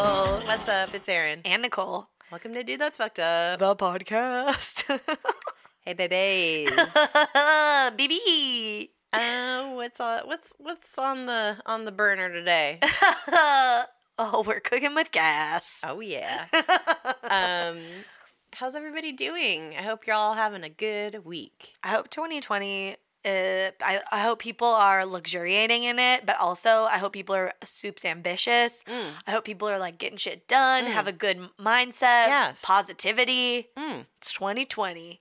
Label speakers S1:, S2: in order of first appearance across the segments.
S1: What's up? It's Erin.
S2: and Nicole.
S1: Welcome to Dude That's Fucked Up.
S2: The podcast.
S1: Hey, babies.
S2: BB.
S1: uh, what's on, what's what's on the on the burner today?
S2: oh, we're cooking with gas.
S1: Oh yeah. Um, how's everybody doing? I hope you're all having a good week.
S2: I hope 2020. Uh, I, I hope people are luxuriating in it, but also I hope people are soups ambitious.
S1: Mm.
S2: I hope people are like getting shit done,
S1: Mm.
S2: have a good m- mindset,
S1: Yes.
S2: positivity.
S1: Mm.
S2: It's 2020.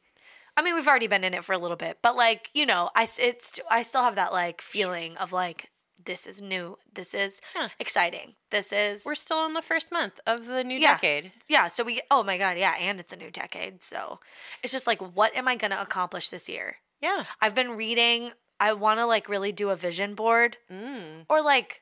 S2: I mean, we've already been in it for a little bit, but like you know, I s- it's I still have that like feeling of like this is new, this is
S1: Yeah.
S2: exciting, this is
S1: We're still in the first month of the new
S2: Yeah.
S1: decade.
S2: yeah. So we oh my god yeah, and it's a new decade, so it's just like what am I gonna accomplish this year?
S1: Yeah.
S2: I've been reading. I want to like really do a vision board
S1: Mm.
S2: or like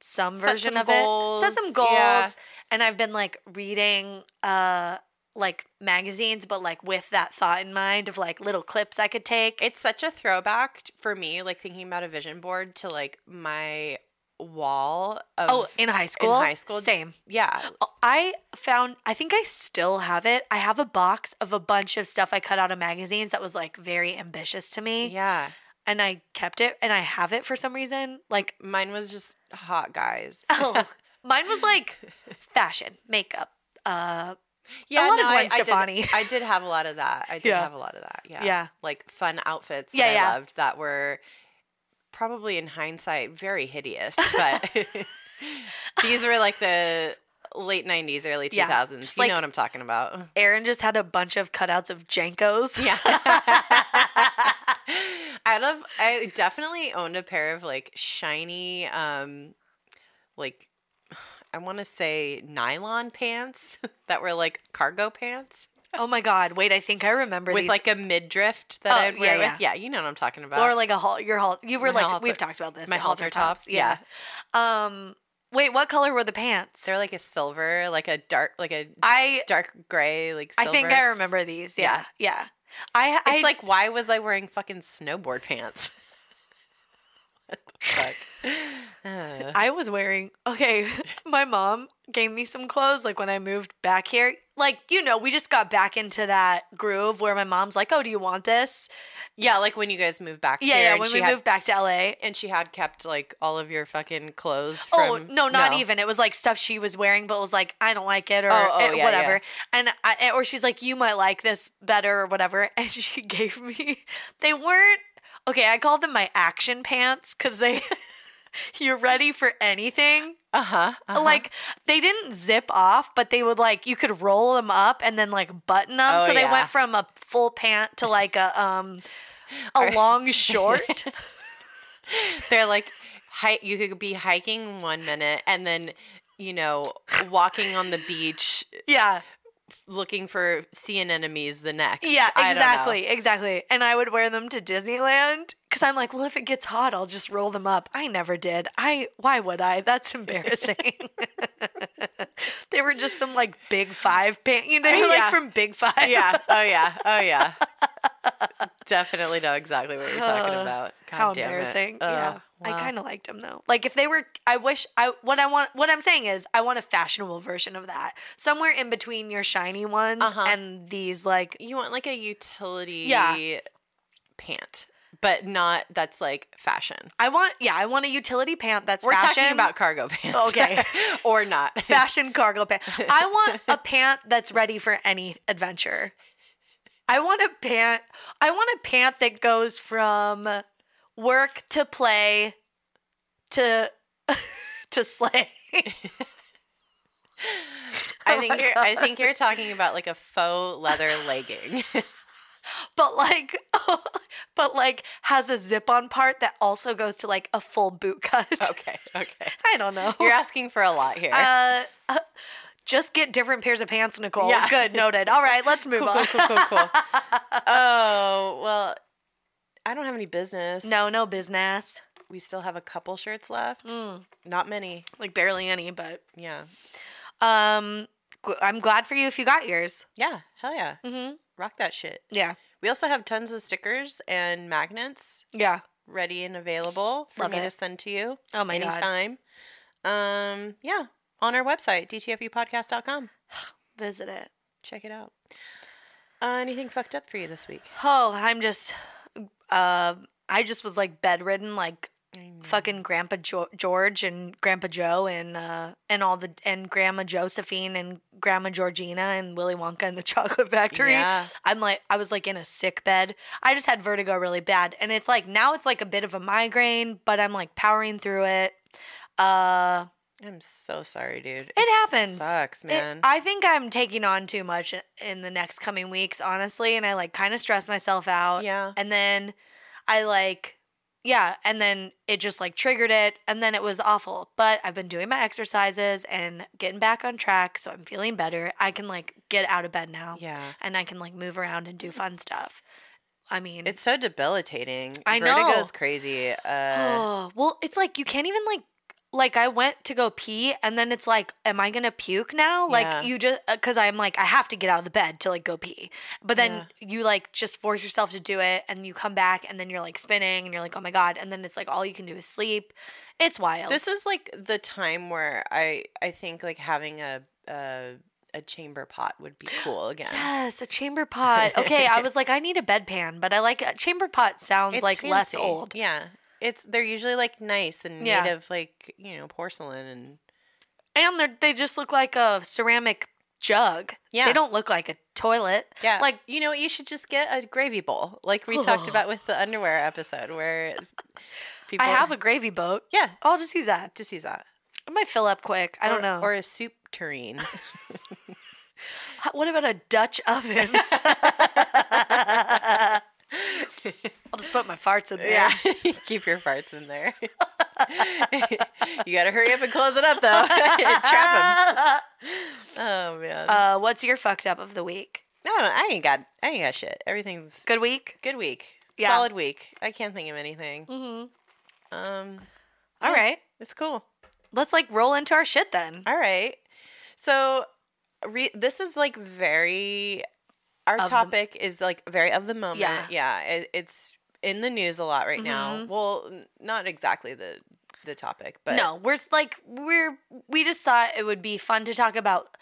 S2: some
S1: Set
S2: version
S1: some
S2: of it. Set some
S1: goals,
S2: goals.
S1: yeah.
S2: And I've been like reading uh like magazines, but like with that thought in mind of like little clips I could take.
S1: It's such a throwback t- for me, like thinking about a vision board to like my wall of
S2: oh, in high school.
S1: high school.
S2: same.
S1: yeah.
S2: Oh, I found. I think I still have it. I have a box of a bunch of stuff I cut out of magazines that was like very ambitious to me,
S1: Yeah.
S2: and I kept it, and I have it for some reason. Like
S1: Mine was just hot guys.
S2: Oh, mine was like fashion, makeup. Uh,
S1: Yeah,
S2: lot of
S1: no, I-
S2: Gwen
S1: I did- I
S2: Stefani.
S1: did, have a lot of that. I did
S2: Yeah.
S1: have a lot of that. Yeah.
S2: Yeah.
S1: Like fun outfits that
S2: Yeah,
S1: I
S2: yeah.
S1: loved that were probably in hindsight very hideous, but these were like the late 90s, early 2000s.
S2: Yeah,
S1: you
S2: just
S1: know
S2: like-
S1: what I'm talking about.
S2: Aaron just had a bunch of cutouts of Jankos.
S1: Yeah. I'd have I definitely owned a pair of like shiny um like I want to say nylon pants that were like cargo pants.
S2: oh my God. Wait, I think I remember
S1: with
S2: these.
S1: like a mid drift that
S2: Oh,
S1: I'd wear
S2: yeah,
S1: with. Yeah, you know what I'm talking about.
S2: or like a hal- your hal- You were
S1: My
S2: like
S1: halter-
S2: we've talked about this.
S1: my halter tops,
S2: Yeah. Um. Wait, what color were the pants?
S1: they're like a silver, like a dark, like a
S2: I
S1: dark gray, like silver.
S2: I think I remember these. Yeah. Yeah. I I
S1: It's like why was I wearing fucking snowboard pants? What the fuck? Uh,
S2: I was wearing okay. My mom gave me some clothes like when I moved back here. Like you know, we just got back into that groove where my mom's like, "Oh, do you want this?"
S1: yeah, like when you guys moved back.
S2: Yeah,
S1: here
S2: yeah.
S1: and
S2: When
S1: she
S2: we
S1: had-
S2: moved back to LA,
S1: and she had kept like all of your fucking clothes. From,
S2: Oh no, not even. It was like stuff she was wearing, but was like, I don't like it or
S1: Oh, oh,
S2: eh,
S1: yeah,
S2: whatever. And I, eh, or she's like, you might like this better or whatever. And she gave me. They weren't okay. I called them my action pants because they. You're ready for anything.
S1: Uh huh.
S2: Like they didn't zip off, but they would like you could roll them up and then like button them.
S1: Oh,
S2: so they
S1: yeah.
S2: went from a full pant to like a um a
S1: Or-
S2: long short.
S1: They're like, hi- you could be hiking one minute and then, you know, walking on the beach
S2: yeah.
S1: looking for sea anemones the next.
S2: Yeah,
S1: I don't know.
S2: exactly, exactly. And I would wear them to Disneyland because I'm like, well, if it gets hot, I'll just roll them up. I never did. I why would I? That's embarrassing. they were just some like Big Five pant. You know, they were
S1: Yeah.
S2: like from Big Five.
S1: Yeah. Oh yeah. Oh yeah. Definitely know exactly what you're talking
S2: Uh,
S1: about. God
S2: How
S1: damn it.
S2: embarrassing.
S1: Uh,
S2: yeah. I
S1: wow.
S2: kind of liked them though. Like if they were I wish I what I want what I'm saying is I want a fashionable version of that. Somewhere in between your shiny ones
S1: Uh-huh.
S2: and these like
S1: You want like a utility
S2: Yeah.
S1: pant, but not that's like fashion.
S2: I want yeah, I want a utility pant that's
S1: We're
S2: fashion.
S1: talking about cargo pants.
S2: Okay.
S1: or not.
S2: fashion cargo pant. I want a pant that's ready for any adventure. I want a pant. I want a pant that goes from work to play to to slay.
S1: I
S2: Oh
S1: think
S2: my
S1: you're I think you're talking about like a faux leather legging.
S2: But like but like has a zip-on part that also goes to like a full boot cut.
S1: okay. Okay.
S2: I don't know.
S1: You're asking for a lot here.
S2: uh, uh, just get different pairs of pants, Nicole.
S1: Yeah.
S2: Good, noted. All right, let's move
S1: cool,
S2: on.
S1: cool, cool, cool, cool. oh well, I don't have any business.
S2: No, no business.
S1: we still have a couple shirts left.
S2: Mm,
S1: Not many.
S2: like barely any, but
S1: Yeah.
S2: Um, gl- I'm glad for you if you got yours.
S1: Yeah. Hell yeah.
S2: Mm-hmm.
S1: Rock that shit.
S2: Yeah,
S1: We also have tons of stickers and magnets
S2: yeah.
S1: ready and available for
S2: Love
S1: me to
S2: it.
S1: send to you
S2: Oh my god.
S1: anytime. Um. Yeah. on our website, dtfupodcast.com.
S2: Visit it.
S1: Check it out. Uh, anything fucked up for you this week?
S2: Oh, I'm just, uh, I just was like bedridden, like fucking Grandpa jo- George and Grandpa Joe and uh, and all the and Grandma Josephine and Grandma Georgina and Willy Wonka and the Chocolate Factory.
S1: Yeah.
S2: I'm like I was like in a sick bed. I just had vertigo really bad, and it's like now it's like a bit of a migraine, but I'm like powering through it. Uh,
S1: I'm so sorry, dude. It,
S2: happens.
S1: Sucks,
S2: it-
S1: man.
S2: I think I'm taking on too much in the next coming weeks, honestly, and I like kind of stress myself out.
S1: yeah.
S2: And then I like, yeah. And then it just like triggered it. And then it was awful. But I've been doing my exercises and getting back on track. So I'm feeling better. I can like get out of bed now
S1: Yeah.
S2: and I can like move around and do fun stuff. I mean,
S1: It's so debilitating.
S2: I
S1: Vertigo's
S2: know.
S1: crazy. Uh,
S2: oh, well, it's like you can't even like, like I went to go pee and then it's like, am I going to puke now? Like
S1: Yeah.
S2: you just, cause I'm like, I have to get out of the bed to like go pee. But then you like just force yourself to do it and you come back and then you're like spinning and you're like, oh my God. And then it's like all you can do is sleep. It's wild.
S1: this is like the time where I I think like having a a, a chamber pot would be cool again.
S2: Yes, a chamber pot. Okay, I was like, I need a bedpan, but I like a chamber pot sounds
S1: It's
S2: like less
S1: fancy.
S2: old.
S1: Yeah. It's they're usually like nice and
S2: Yeah.
S1: made of like, you know, porcelain and
S2: And they they just look like a ceramic jug.
S1: Yeah.
S2: They don't look like a toilet.
S1: yeah.
S2: Like-
S1: you know, what you should just get a gravy bowl, like we talked about with the underwear episode where people
S2: I have a gravy boat.
S1: Yeah,
S2: I'll just use that.
S1: just use that.
S2: I might fill up quick. I
S1: Or-
S2: don't know.
S1: Or a soup tureen.
S2: H- what about a Dutch oven? I'll just put my farts in there.
S1: Yeah. Keep your farts in there. you got to hurry up and close it up, though. Trap 'em. Oh, man.
S2: Uh, what's your fucked up of the week?
S1: no, no, I ain't got, I ain't got shit. Everything's
S2: Good week.
S1: good week.
S2: Yeah.
S1: Solid week. I can't think of anything.
S2: Mm-hmm.
S1: Um,
S2: All right.
S1: it's cool.
S2: Let's like roll into our shit then.
S1: All right. So, re- this is like very. Our
S2: Of the-
S1: topic is like very of the moment.
S2: Yeah.
S1: it, it's in the news a lot right now.
S2: Mhm.
S1: Well, n- not exactly the the topic, but
S2: no, we're s- like we're we just thought it would be fun to talk about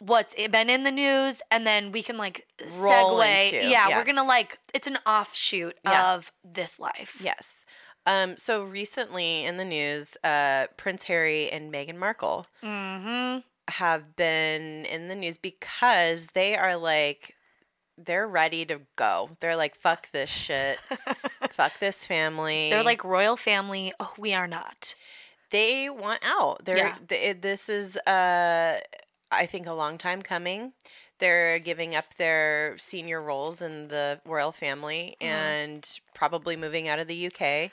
S2: what's i- been in the news, and then we can like
S1: Roll
S2: segue.
S1: into,
S2: yeah,
S1: yeah.
S2: we're gonna like it's an offshoot
S1: Yeah.
S2: of this life.
S1: Yes. Um, so recently in the news, uh, Prince Harry and Meghan Markle
S2: Mm-hmm.
S1: have been in the news because they are like, they're ready to go. They're like, fuck this shit. fuck this family.
S2: They're like royal family. Oh, we are not.
S1: they want out. They're,
S2: Yeah.
S1: th- it- this is, uh, I think, a long time coming. They're giving up their senior roles in the royal family
S2: Mhm.
S1: and probably moving out of the UK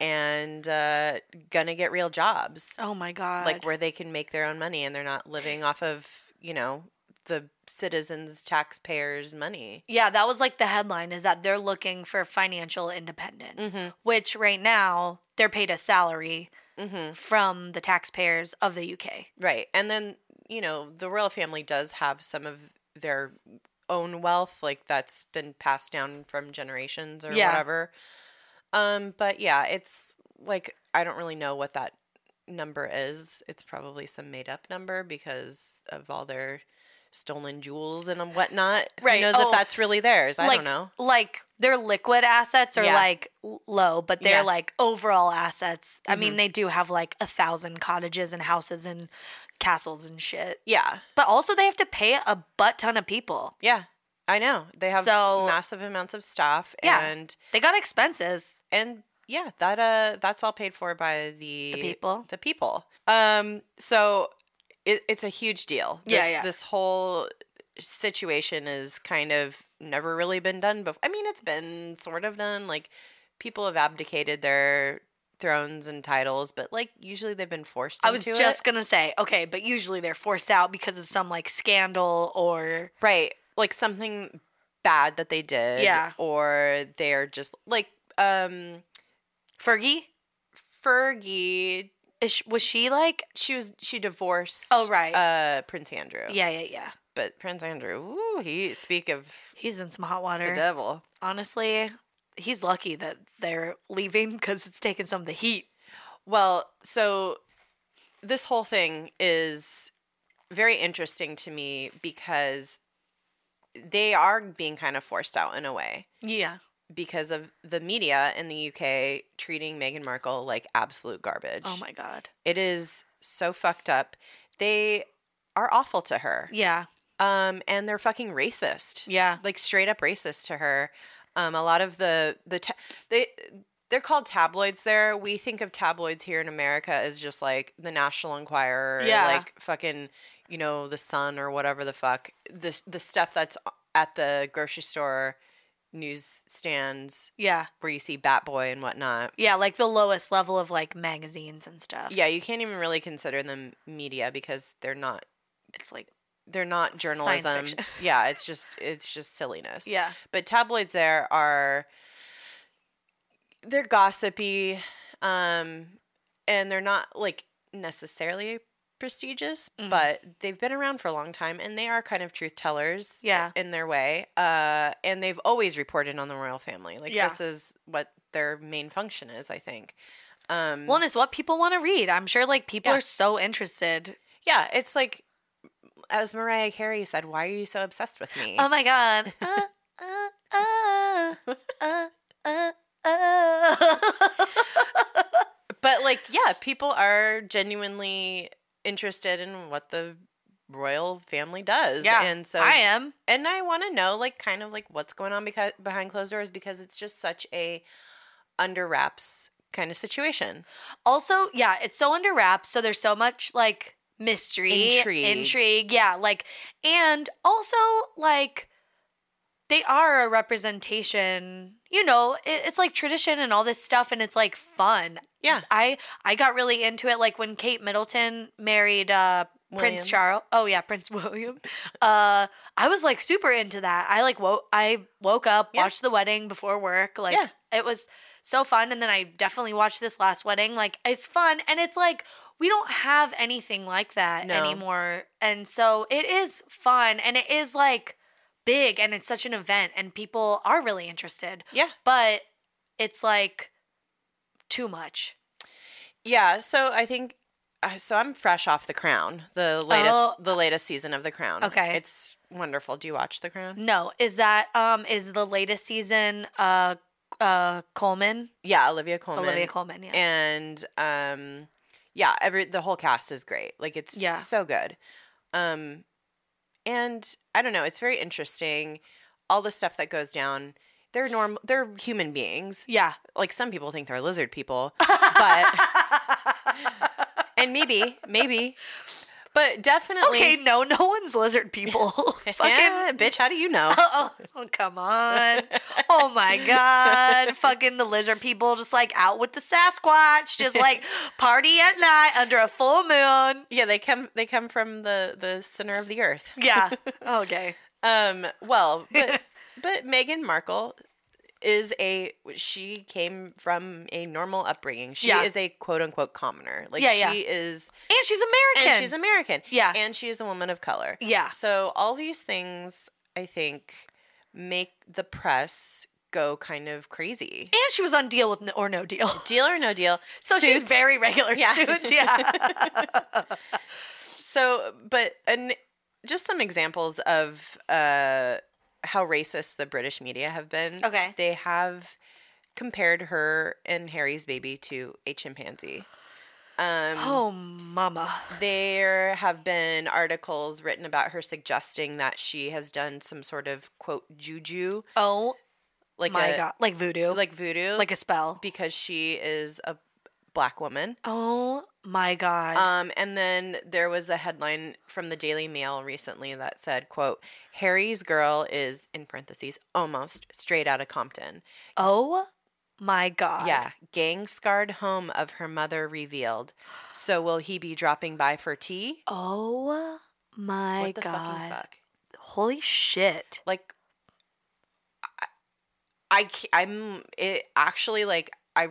S1: and uh, gonna get real jobs,
S2: Oh my god.
S1: like where they can make their own money and they're not living off of, you know, the citizens, taxpayers' money.
S2: yeah, that was like the headline is that they're looking for financial independence,
S1: Mhm.
S2: which right now they're paid a salary
S1: Mm-hmm.
S2: from the taxpayers of the UK.
S1: Right. And then, you know, the royal family does have some of their own wealth, like that's been passed down from generations or
S2: Yeah.
S1: whatever. Um, but yeah, it's like I don't really know what that number is. It's probably some made up number because of all their stolen jewels and whatnot.
S2: Right.
S1: Who knows
S2: Oh,
S1: if that's really theirs? I
S2: like,
S1: don't know.
S2: Like their liquid assets are
S1: Yeah.
S2: like l- low, but they're
S1: Yeah.
S2: like overall assets. I mean,
S1: Mhm.
S2: they do have like a thousand cottages and houses and castles and shit.
S1: Yeah.
S2: But also they have to pay a butt ton of people.
S1: Yeah. I know. They have
S2: So-
S1: massive amounts of staff
S2: Yeah.
S1: and
S2: They got expenses.
S1: and yeah, that uh that's all paid for by the
S2: The people.
S1: the people. Um, so it, it's a huge deal. This,
S2: Yeah, yeah.
S1: This whole situation is kind of never really been done before. I mean, it's been sort of done. Like people have abdicated their thrones and titles, but like usually they've been forced.
S2: I was
S1: into
S2: just
S1: it.
S2: gonna say, okay, but usually they're forced out because of some like scandal or
S1: right, like something bad that they did.
S2: Yeah.
S1: or they're just like um
S2: Fergie.
S1: Fergie.
S2: Is she, was she like?
S1: She was she divorced.
S2: Oh, right.
S1: uh, Prince Andrew.
S2: Yeah, yeah, yeah.
S1: but Prince Andrew, ooh, he speak of
S2: He's in some hot
S1: the
S2: water.
S1: devil.
S2: Honestly, he's lucky that they're leaving because it's taking some of the heat.
S1: Well, so this whole thing is very interesting to me because they are being kind of forced out in a way
S2: Yeah.
S1: because of the media in the UK treating Meghan Markle like absolute garbage.
S2: Oh my god.
S1: It is so fucked up. They are awful to her.
S2: Yeah.
S1: Um and they're fucking racist.
S2: Yeah.
S1: Like straight up racist to her. Um a lot of the the ta- they they're called tabloids there. We think of tabloids here in America as just like the National Enquirer, or,
S2: Yeah.
S1: like fucking, you know, the Sun or whatever the fuck. The the stuff that's at the grocery store newsstands
S2: Yeah.
S1: where you see Bat Boy and whatnot.
S2: Yeah, like the lowest level of like magazines and stuff.
S1: Yeah, you can't even really consider them media because they're not
S2: It's like
S1: they're not journalism.
S2: fiction.
S1: Yeah, it's just it's just silliness.
S2: Yeah.
S1: But tabloids there are they're gossipy um and they're not like necessarily prestigious,
S2: Mhm.
S1: but they've been around for a long time and they are kind of truth tellers
S2: Yeah.
S1: in their way. Uh and they've always reported on the royal family. Like
S2: Yeah.
S1: this is what their main function is, I think. Um
S2: Well, and it's what people want to read. I'm sure like people
S1: Yeah.
S2: are so interested.
S1: Yeah, it's like as Mariah Carey said, why are you so obsessed with me?
S2: Oh my god. uh, uh, uh, uh, uh, uh.
S1: but like, yeah, people are genuinely interested in what the royal family does.
S2: Yeah,
S1: And so
S2: I am.
S1: and I want to know like kind of like what's going on because behind closed doors because it's just such a under wraps kind of situation.
S2: Also, yeah, it's so under wraps, so there's so much like mystery,
S1: Intrigue.
S2: intrigue, yeah, like, and also like they are a representation. You know, it, it's like tradition and all this stuff, and it's like fun.
S1: Yeah.
S2: I I got really into it, like when Kate Middleton married uh,
S1: William.
S2: Prince Charles. Oh yeah, Prince William. uh, I was like super into that. I like woke I woke up,
S1: Yeah.
S2: watched the wedding before work. Like
S1: Yeah.
S2: it was so fun. And then I definitely watched this last wedding. Like it's fun, and it's like we don't have anything like that
S1: No.
S2: anymore. And so it is fun, and it is like big, and it's such an event, and people are really interested.
S1: Yeah.
S2: But it's like too much.
S1: Yeah, so I think uh, so I'm fresh off The Crown, the latest
S2: Oh.
S1: the latest season of The Crown.
S2: Okay.
S1: It's wonderful. Do you watch The Crown?
S2: No, is that um is the latest season uh uh Coleman
S1: Yeah, Olivia Colman.
S2: Olivia Coleman yeah
S1: and um yeah every the whole cast is great like it's
S2: Yeah.
S1: so good um and i don't know it's very interesting all the stuff that goes down they're normal they're human beings
S2: yeah
S1: like some people think they're lizard people but and maybe maybe but definitely
S2: okay no no one's lizard people fucking
S1: bitch how do you know
S2: Oh, oh, come on. Oh my God. Fucking the lizard people just like out with the Sasquatch, just like party at night under a full moon.
S1: yeah they come they come from the the center of the earth
S2: Yeah. Oh, Okay.
S1: Um, well, but but Meghan Markle is a she came from a normal upbringing. She
S2: Yeah.
S1: is a quote unquote commoner. Like
S2: Yeah,
S1: she
S2: yeah.
S1: is
S2: And she's American.
S1: and she's American.
S2: Yeah.
S1: And she is a woman of color.
S2: yeah.
S1: So all these things I think make the press go kind of crazy.
S2: And she was on Deal with no, or No Deal.
S1: Deal or no deal.
S2: So she's
S1: Suits.
S2: very regular
S1: Yeah.
S2: suits. Yeah.
S1: So, but and just some examples of uh, how racist the British media have been.
S2: Okay.
S1: they have compared her and Harry's baby to a chimpanzee. Um,
S2: oh, mama.
S1: There have been articles written about her suggesting that she has done some sort of quote juju,
S2: Oh
S1: like
S2: my
S1: a,
S2: God. Like voodoo. Like,
S1: like voodoo,
S2: like a spell.
S1: because she is a black woman.
S2: Oh my God.
S1: Um, and then there was a headline from the Daily Mail recently that said, "quote Harry's girl is in parentheses almost straight out of Compton."
S2: oh my God.
S1: Yeah, gang scarred home of her mother revealed. So will he be dropping by for tea?
S2: Oh my
S1: what the fucking
S2: God.
S1: fuck?
S2: Holy shit.
S1: Like, I, I ca- I'm it actually like I.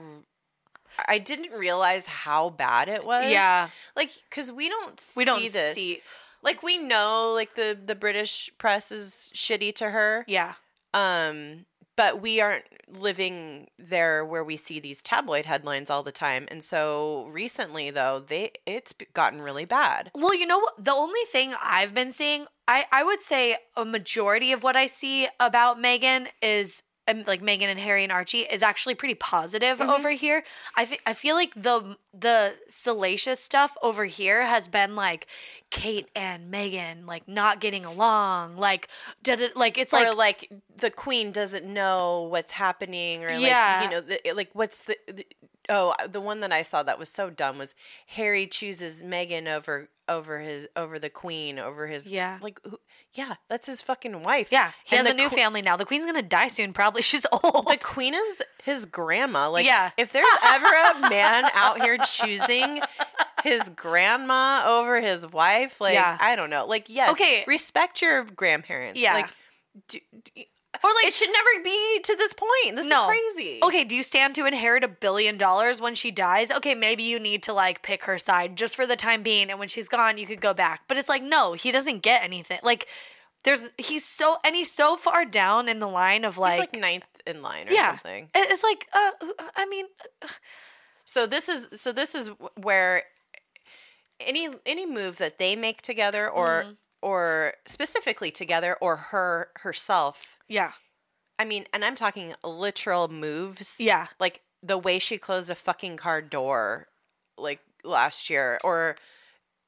S1: I didn't realize how bad it was.
S2: Yeah.
S1: like because we don't
S2: We don't
S1: see this.
S2: see.
S1: like we know like the the british press is shitty to her
S2: Yeah.
S1: um but we aren't living there where we see these tabloid headlines all the time. And so recently though, they it's b- gotten really bad.
S2: Well, you know what? The only thing I've been seeing, I, I would say a majority of what I see about Megan is um, like Megan and Harry and Archie is actually pretty positive
S1: Mhm.
S2: over here. I think I feel like the the salacious stuff over here has been like Kate and Megan like not getting along, like did it like it's like
S1: or like the queen doesn't know what's happening or like
S2: Yeah.
S1: you know the, like what's the, the oh the one that I saw that was so dumb was Harry chooses Meghan over over his over the queen over his
S2: yeah.
S1: like who, yeah that's his fucking wife
S2: Yeah, he
S1: And
S2: has a
S1: the
S2: new
S1: que-
S2: family now. The queen's gonna die soon, probably. She's old.
S1: the queen is his grandma like
S2: Yeah.
S1: if there's ever a man out here choosing his grandma over his wife like
S2: Yeah.
S1: I don't know like yes
S2: Okay.
S1: respect your grandparents
S2: Yeah.
S1: like do, do-
S2: or like
S1: it should never be to this point. This
S2: No.
S1: is crazy.
S2: Okay, do you stand to inherit a billion dollars when she dies? Okay, maybe you need to like pick her side just for the time being, and when she's gone, you could go back. But it's like, no, he doesn't get anything. Like, there's he's so and he's so far down in the line of
S1: He's
S2: like,
S1: like ninth in line or
S2: Yeah.
S1: something.
S2: it- it's like, uh, I mean,
S1: So this is so this is wh- where any any move that they make together or
S2: Mhm.
S1: or specifically together or her herself.
S2: yeah,
S1: I mean, and I'm talking literal moves.
S2: yeah,
S1: Like the way she closed a fucking car door like last year or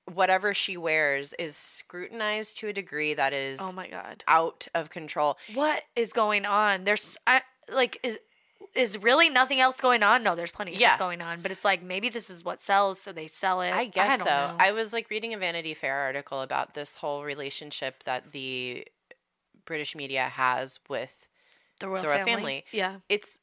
S1: whatever she wears is scrutinized to a degree that is
S2: oh my god,
S1: out of control.
S2: what is going on? There's I, like is. Is really nothing else going on? No, there's plenty of
S1: Yeah.
S2: stuff going on, but it's like maybe this is what sells, so they sell it.
S1: I guess
S2: don't
S1: so.
S2: know.
S1: I was like reading a Vanity Fair article about this whole relationship that the British media has with
S2: the royal,
S1: the royal family.
S2: Yeah.
S1: it's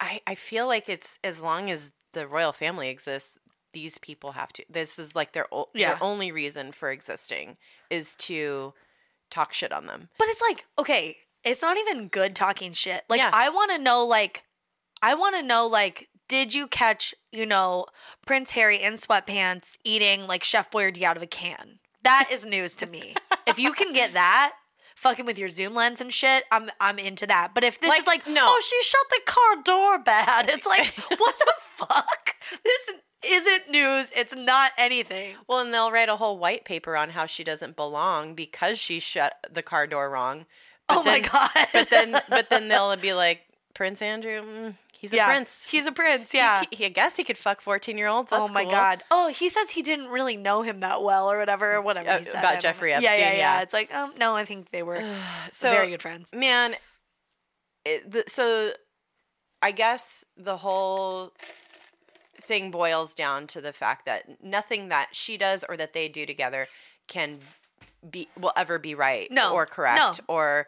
S1: I I feel like it's as long as the royal family exists, these people have to this is like their o-
S2: Yeah.
S1: their only reason for existing is to talk shit on them.
S2: But it's like, okay, it's not even good talking shit. Like
S1: Yeah.
S2: I want to know like I want to know like did you catch, you know, Prince Harry in sweatpants eating like Chef Boyardee out of a can? That is news to me. if you can get that fucking with your zoom lens and shit, I'm I'm into that. But if this is
S1: Like,
S2: like,
S1: no.
S2: oh, she shut the car door bad. It's like, what the fuck? This isn't news. It's not anything.
S1: Well, and they'll write a whole white paper on how she doesn't belong because she shut the car door wrong. But
S2: oh
S1: then-
S2: my god.
S1: But then but then they'll be like Prince Andrew, mm, he's a
S2: yeah.
S1: prince.
S2: He's a prince,
S1: He-
S2: yeah.
S1: he, I guess he could fuck fourteen year olds.
S2: oh my god. Oh, he says he didn't really know him that well or whatever or whatever
S1: Uh,
S2: he said.
S1: about
S2: I don't
S1: Jeffrey
S2: know. Yeah, yeah,
S1: Epstein,
S2: yeah,
S1: yeah.
S2: It's like, um, no, I think they were
S1: So
S2: very good friends.
S1: man, it, the, so I guess the whole thing boils down to the fact that nothing that she does or that they do together can be will ever be right
S2: No,
S1: or
S2: no.
S1: correct or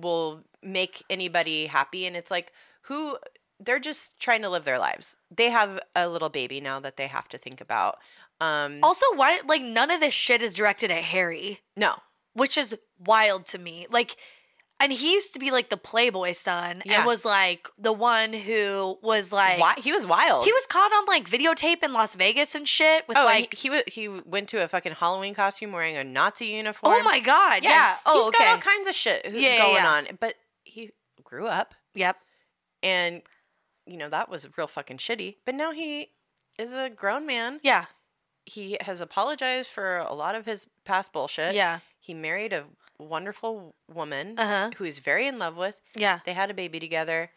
S1: will make anybody happy and it's like who they're just trying to live their lives. They have a little baby now that they have to think about. Um
S2: Also, why like none of this shit is directed at Harry,
S1: no.
S2: which is wild to me. Like and he used to be like the Playboy son
S1: Yeah.
S2: and was like the one who was like
S1: Wi- he was wild.
S2: he was caught on like videotape in Las Vegas and shit with
S1: Oh,
S2: like
S1: like he wa- he went to a fucking Halloween costume wearing a Nazi uniform.
S2: Oh my god. Yeah. Oh,
S1: he's
S2: okay.
S1: got all kinds of shit who-
S2: Yeah, yeah,
S1: going
S2: yeah.
S1: on. But he grew up,
S2: yep.
S1: and you know that was real fucking shitty. But now he is a grown man.
S2: Yeah.
S1: He has apologized for a lot of his past bullshit.
S2: Yeah.
S1: he married a wonderful woman
S2: Uh-huh.
S1: who he's very in love with.
S2: Yeah.
S1: They had a baby together.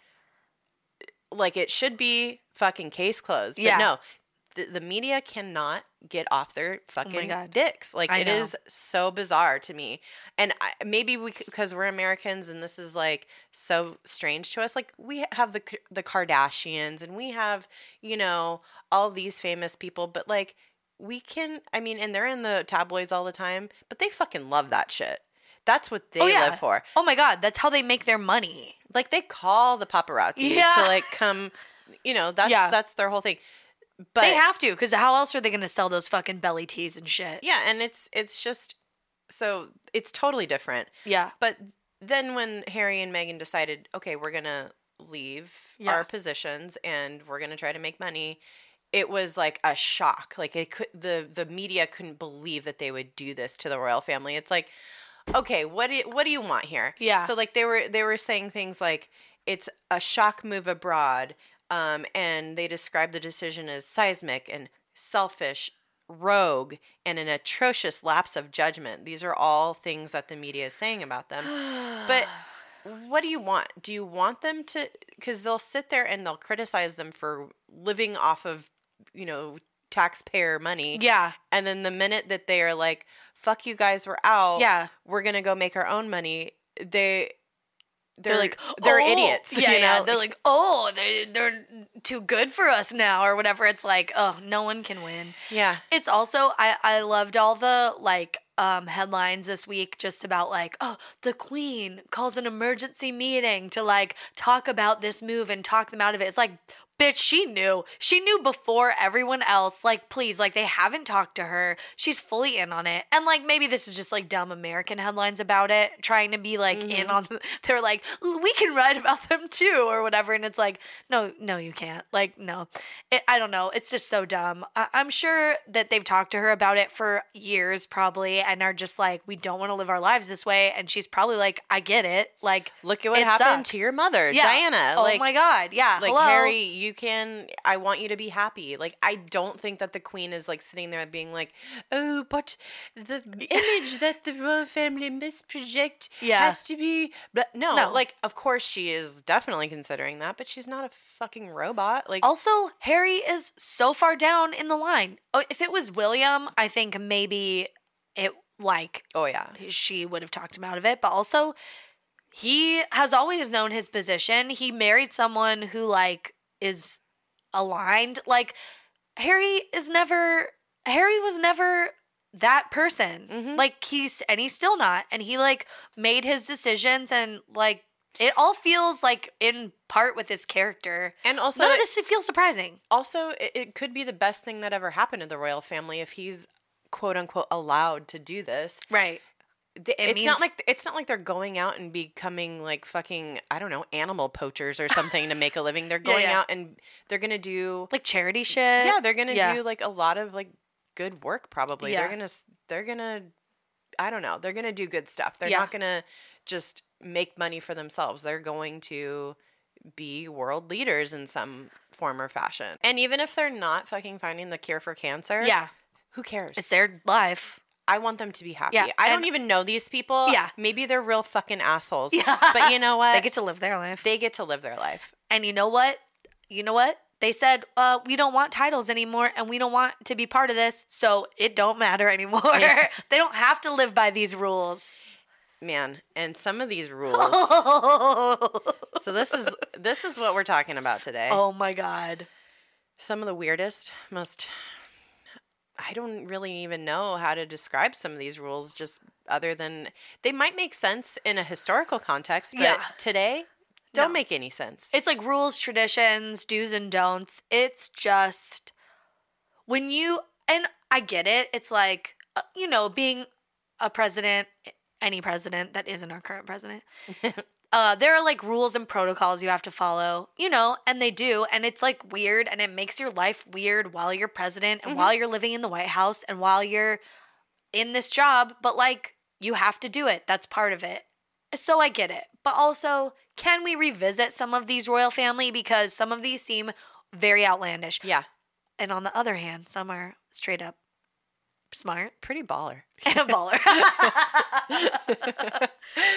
S1: Like it should be fucking case closed. But
S2: Yeah. Oh
S1: no. The, the media cannot get off their fucking
S2: God.
S1: dicks. Like
S2: I
S1: it
S2: know.
S1: is so bizarre to me. And I, maybe we because we're Americans and this is like so strange to us. Like we have the K- the Kardashians and we have, you know, all these famous people, but like we can I mean, and they're in the tabloids all the time, but they fucking love that shit. That's what they
S2: yeah.
S1: live for
S2: Oh my god, that's how they make their money.
S1: like they call the paparazzi
S2: Yeah.
S1: to like come you know that's
S2: Yeah.
S1: that's their whole thing but
S2: they have to, because how else are they going to sell those fucking belly tees and shit?
S1: yeah and it's it's just so it's totally different
S2: Yeah.
S1: but then when harry and megan decided okay we're gonna leave
S2: Yeah.
S1: our positions and we're gonna try to make money it was like a shock like it could the the media couldn't believe that they would do this to the royal family it's like okay, what do you, what do you want here?
S2: Yeah.
S1: So like they were they were saying things like it's a shock move abroad, um, and they described the decision as seismic and selfish, rogue, and an atrocious lapse of judgment. These are all things that the media is saying about them. But what do you want? Do you want them to? Because they'll sit there and they'll criticize them for living off of, you know, taxpayer money.
S2: yeah,
S1: And then the minute that they are like, fuck you guys, we're out.
S2: yeah.
S1: We're going to go make our own money. They,
S2: They're, like
S1: they're
S2: "Oh,"
S1: idiots.
S2: Yeah,
S1: you know?
S2: yeah. They're like, oh, they're they're too good for us now or whatever. It's like, oh, no one can win.
S1: yeah.
S2: It's also I I loved all the like um headlines this week just about like oh the queen calls an emergency meeting to like talk about this move and talk them out of it. It's like bitch she knew. She knew before everyone else. Like please like they haven't talked to her. She's fully in on it. And like maybe this is just like dumb American headlines about it trying to be like in
S1: Mhm.
S2: on they're like we can write about them too or whatever and it's like no no you can't. Like no it, I don't know. It's just so dumb. I, I'm sure that they've talked to her about it for years, probably, and are just like, we don't want to live our lives this way. And she's probably like, I get it. Like,
S1: Look at what
S2: It
S1: happened
S2: sucks.
S1: to your mother,
S2: Yeah.
S1: Diana.
S2: oh
S1: Uh, like,
S2: my god, yeah,
S1: like
S2: hello.
S1: Harry, you can. I want you to be happy. Like I don't think that the Queen is like sitting there being like, "Oh, but the image that the royal family must project
S2: Yeah.
S1: has to be." But no,
S2: No.
S1: like of course she is definitely considering that, but she's not a fucking robot. Like
S2: Also, Harry is so far down in the line. Oh, If it was William, I think maybe it like
S1: oh yeah,
S2: she would have talked him out of it. But also, he has always known his position. He married someone who like is aligned. Like Harry is never Harry was never that person.
S1: Mhm.
S2: Like he's and he's still not. And he like made his decisions and like it all feels like in part with his character.
S1: and also
S2: None of
S1: it-
S2: this feels surprising.
S1: also it, it could be the best thing that ever happened to the royal family if he's quote unquote allowed to do this.
S2: Right.
S1: Th-
S2: It
S1: it's
S2: means-
S1: not like it's not like they're going out and becoming like fucking I don't know animal poachers or something to make a living. They're
S2: Yeah,
S1: going
S2: yeah.
S1: out and they're gonna do
S2: Like charity shit.
S1: yeah they're gonna
S2: yeah.
S1: do like a lot of like good work probably.
S2: Yeah.
S1: They're gonna s- they're gonna I don't know they're gonna do good stuff. They're
S2: Yeah.
S1: not gonna just make money for themselves. They're going to be world leaders in some form or fashion. And even if they're not fucking finding the cure for cancer,
S2: Yeah.
S1: who cares?
S2: It's their life.
S1: I want them to be happy.
S2: Yeah,
S1: I
S2: and-
S1: don't even know these people.
S2: Yeah.
S1: Maybe they're real fucking assholes.
S2: Yeah.
S1: But you know what?
S2: They get to live their life.
S1: to live their life.
S2: And you know what? You know what? They said, uh, we don't want titles anymore and we don't want to be part of this. So it don't matter anymore.
S1: Yeah.
S2: they don't have to live by these rules.
S1: Man, and some of these rules.
S2: oh
S1: so this is this is what we're talking about today.
S2: my God.
S1: Some of the weirdest, most I don't really even know how to describe some of these rules just other than they might make sense in a historical context, but
S2: Yeah.
S1: today don't
S2: No.
S1: make any sense.
S2: It's like rules, traditions, do's and don'ts. It's just when you, and I get it. It's like, uh, you know, being a president, any president that isn't our current president, uh, there are like rules and protocols you have to follow, you know, and they do. And it's like weird and it makes your life weird while you're president and
S1: Mhm.
S2: while you're living in the White House and while you're in this job. But like, you have to do it. That's part of it. So I get it. But also, can we revisit some of these royal family? Because some of these seem very outlandish.
S1: yeah,
S2: And on the other hand, some are straight up smart
S1: pretty baller.
S2: and a baller.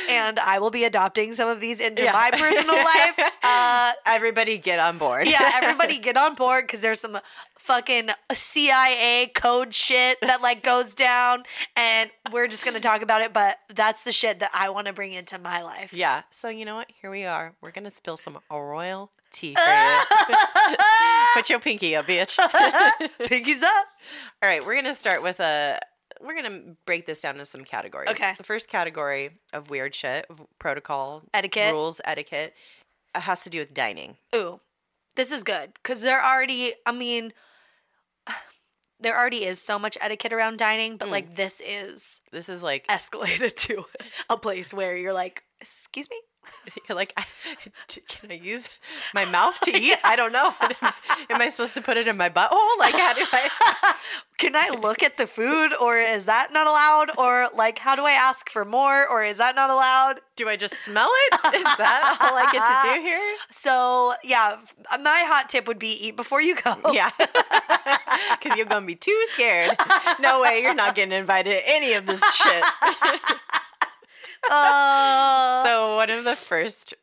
S2: and I will be adopting some of these into
S1: Yeah.
S2: my personal life. Uh,
S1: Everybody get on board.
S2: yeah, everybody get on board because there's some fucking CIA code shit that like goes down, and we're just gonna talk about it. But that's the shit that I want to bring into my life.
S1: Yeah. So you know what? Here we are. We're gonna spill some royal tea for you.
S2: Yeah.
S1: Put your pinky up, bitch.
S2: Pinkies up.
S1: All right, we're gonna start with a. We're gonna break this down into some categories.
S2: Okay.
S1: The first category of weird shit, of protocol,
S2: Etiquette.
S1: rules, etiquette, uh, has to do with dining.
S2: Ooh, this is good because there already. I mean, there already is so much etiquette around dining, but
S1: Mm.
S2: like this is
S1: This is like
S2: Uh, escalated to a place where you're like, excuse me,
S1: You're like, I, t- can I use my mouth to eat? I don't know. What am, I- am I supposed to put it in my butthole? Like, how do I?
S2: Can I look at the food or is that not allowed? Or like, how do I ask for more or is that not allowed?
S1: Do I just smell it? Is that all I get to do here?
S2: So, yeah, f- my hot tip would be eat before you go.
S1: Yeah. Because you're going to be too scared. No way, you're not getting invited to any of this shit.
S2: Uh,
S1: so, one of the first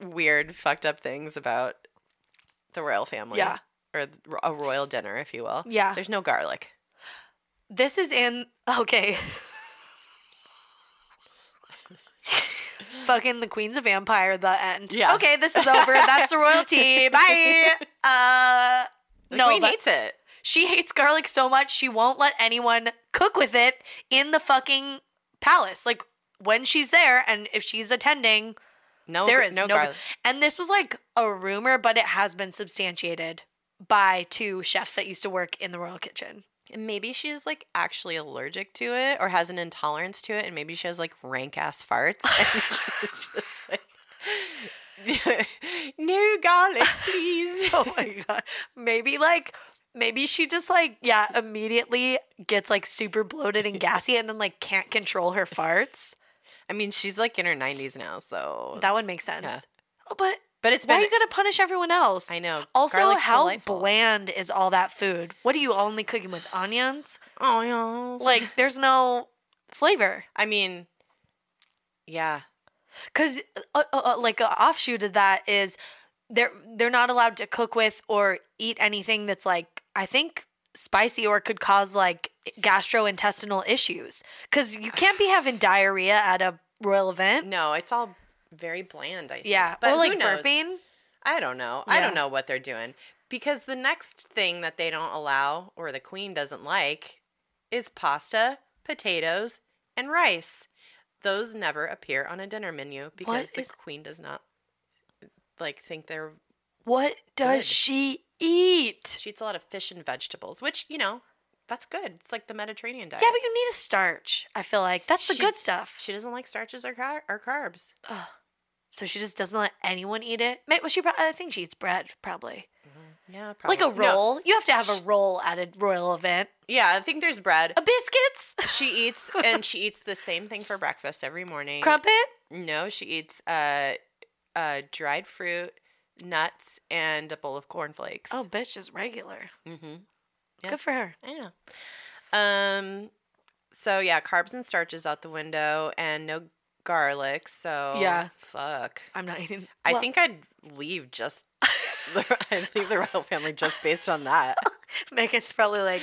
S1: weird, fucked up things about the royal family,
S2: Yeah.
S1: or th- a royal dinner, if you will,
S2: Yeah.
S1: there's no garlic.
S2: this is in. Okay. Fucking the queen's a vampire. The end.
S1: Yeah.
S2: Okay, this is over. That's the royalty. Bye. Uh,
S1: The
S2: no,
S1: queen
S2: but-
S1: hates it.
S2: She hates garlic so much she won't let anyone cook with it in the fucking palace. Like when she's there and if she's attending,
S1: No,
S2: there is
S1: no,
S2: no,
S1: garlic.
S2: And this was like a rumor, but it has been substantiated by two chefs that used to work in the royal kitchen.
S1: And maybe she's like actually allergic to it or has an intolerance to it, and maybe she has like rank ass farts. And she's just like, no garlic, please.
S2: Oh my god. Maybe like maybe she just like yeah, immediately gets like super bloated and gassy and then like can't control her farts.
S1: I mean, she's like in her 90s now, so
S2: That would
S1: it's-
S2: make sense.
S1: yeah.
S2: Oh, But
S1: But it's
S2: why
S1: been.
S2: are you gonna punish everyone else?
S1: I know.
S2: Also,
S1: garlic's
S2: how
S1: delightful.
S2: bland is all that food? What are you only cooking with onions?
S1: Oh, yeah.
S2: Like, there's no flavor.
S1: I mean, yeah.
S2: Cause uh, uh, uh, like an offshoot of that is they're they're not allowed to cook with or eat anything that's like I think spicy or could cause like gastrointestinal issues. Cause you can't be having diarrhea at a royal event.
S1: No, it's all very bland. I think.
S2: Yeah,
S1: but
S2: or like
S1: who knows?
S2: burping.
S1: I don't know. I
S2: Yeah.
S1: don't know what they're doing because the next thing that they don't allow or the queen doesn't like is pasta, potatoes, and rice. Those never appear on a dinner menu because the
S2: is-
S1: queen does not like think they're
S2: What does
S1: Good.
S2: she eat?
S1: she eats a lot of fish and vegetables, which you know that's good. It's like the Mediterranean diet.
S2: Yeah, but you need a starch. I feel like that's the
S1: She-
S2: good stuff.
S1: she doesn't like starches or, car- or carbs.
S2: Ugh. So she just doesn't let anyone eat it. May- Well, she prob- I think she eats bread probably,
S1: Yeah, probably
S2: Mm-hmm. like a
S1: No,
S2: roll. You have to have a roll at a royal event.
S1: yeah, I think there's bread.
S2: A biscuits,
S1: She eats and she eats the same thing for breakfast every morning.
S2: crumpet.
S1: No, she eats uh, uh, dried fruit, nuts, and a bowl of cornflakes.
S2: Oh, bitch, just regular.
S1: mm-hmm. Yeah.
S2: Good for her.
S1: I know. Um, so yeah, carbs and starches out the window, and no garlic. So
S2: Yeah.
S1: fuck.
S2: I'm not eating.
S1: I
S2: Well,
S1: think I'd leave just. I leave the royal family just based on that.
S2: Megan's probably like.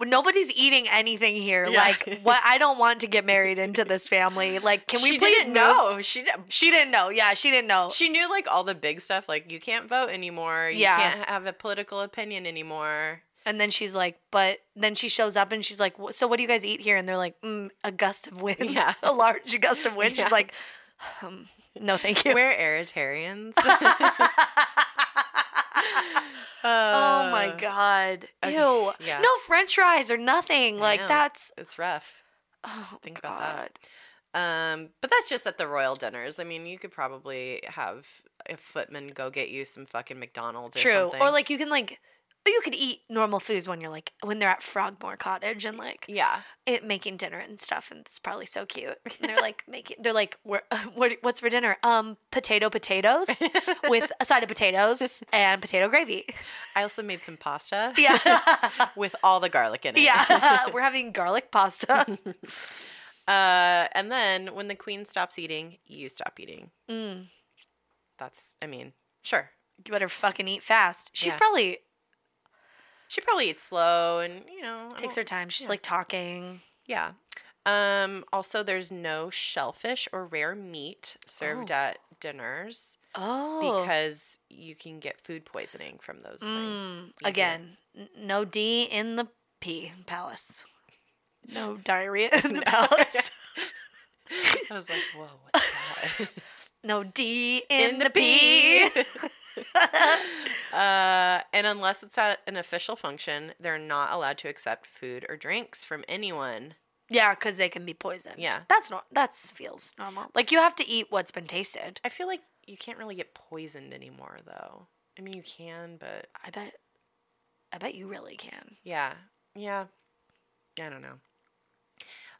S2: "Well, Nobody's eating anything here.
S1: Yeah.
S2: Like, what? I don't want to get married into this family. Like, can we
S1: She
S2: please
S1: didn't
S2: move?"
S1: know? She didn't.
S2: She didn't know. Yeah, she didn't know.
S1: She knew like all the big stuff, like you can't vote anymore, you
S2: Yeah.
S1: can't have a political opinion anymore.
S2: And then she's like, but then she shows up and she's like, "Wh- so what do you guys eat here? And they're like, mm, a gust of wind,
S1: Yeah.
S2: a large gust of wind.
S1: Yeah.
S2: She's like, um, no, thank you.
S1: We're Eritarians.
S2: oh my god,
S1: okay,
S2: ew,
S1: uh, yeah.
S2: no French fries or nothing.
S1: I
S2: Like
S1: know.
S2: that's
S1: It's rough.
S2: oh
S1: Think
S2: god.
S1: about that. Um, but that's just at the royal dinners. I mean, you could probably have a footman go get you some fucking McDonald's or
S2: True,
S1: something.
S2: or like you can like. You could eat normal foods when you're like when they're at Frogmore Cottage and like
S1: yeah.
S2: it making dinner and stuff, and it's probably so cute. And they're like making, they're like, "We're- what, what's for dinner? Um, potato potatoes. with a side of potatoes and potato gravy.
S1: I also made some pasta.
S2: Yeah.
S1: With all the garlic in it.
S2: yeah. We're having garlic pasta.
S1: Uh, and then when the queen stops eating, you stop eating.
S2: Mm,
S1: That's, I mean, sure.
S2: you better fucking eat fast. She's
S1: Yeah.
S2: probably
S1: She probably eats slow and, you know, I
S2: takes
S1: don't-
S2: her time. She's
S1: Oh, yeah.
S2: like talking.
S1: Yeah. Um, also, there's no shellfish or rare meat served
S2: Oh.
S1: at dinners
S2: Oh.
S1: because you can get food poisoning from those things.
S2: Mm,
S1: easier.
S2: again, n- no D in the P palace. No diarrhea in the palace.
S1: I was like, whoa, what's that?
S2: No D in, the, P.
S1: uh, and unless it's at an official function, they're not allowed to accept food or drinks from anyone.
S2: Yeah, because they can be poisoned.
S1: Yeah.
S2: that's not that feels normal. Like you have to eat what's been tasted.
S1: I feel like you can't really get poisoned anymore, though. I mean, you can, but
S2: I bet, I bet you really can.
S1: yeah, yeah. I don't know.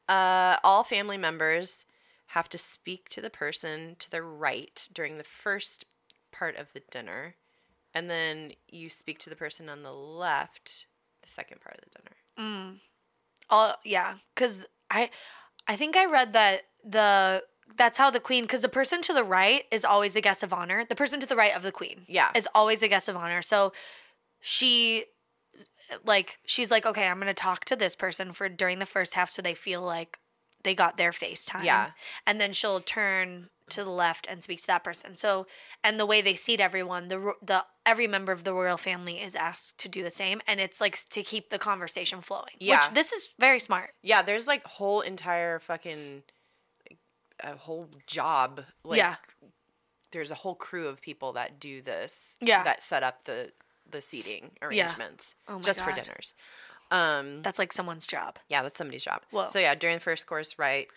S1: Uh, all family members have to speak to the person to their right during the first part of the dinner, and then you speak to the person on the left the second part of the dinner.
S2: Mm. All yeah, because I, I think I read that the that's how the queen because the person to the right is always a guest of honor. The person to the right of the queen
S1: Yeah,
S2: is always a guest of honor. So she like she's like okay i'm gonna talk to this person for during the first half so they feel like they got their face time
S1: yeah,
S2: and then she'll turn to the left and speak to that person. So, and the way they seat everyone, the ro- the every member of the royal family is asked to do the same, and it's like to keep the conversation flowing.
S1: Yeah.
S2: Which this is very smart.
S1: yeah. There's like whole entire fucking a whole job. Like,
S2: yeah,
S1: there's a whole crew of people that do this
S2: Yeah.
S1: that set up the the seating arrangements
S2: Oh my
S1: just for
S2: God.
S1: dinners um
S2: that's like someone's job.
S1: yeah that's somebody's job
S2: Whoa.
S1: so yeah during the first course right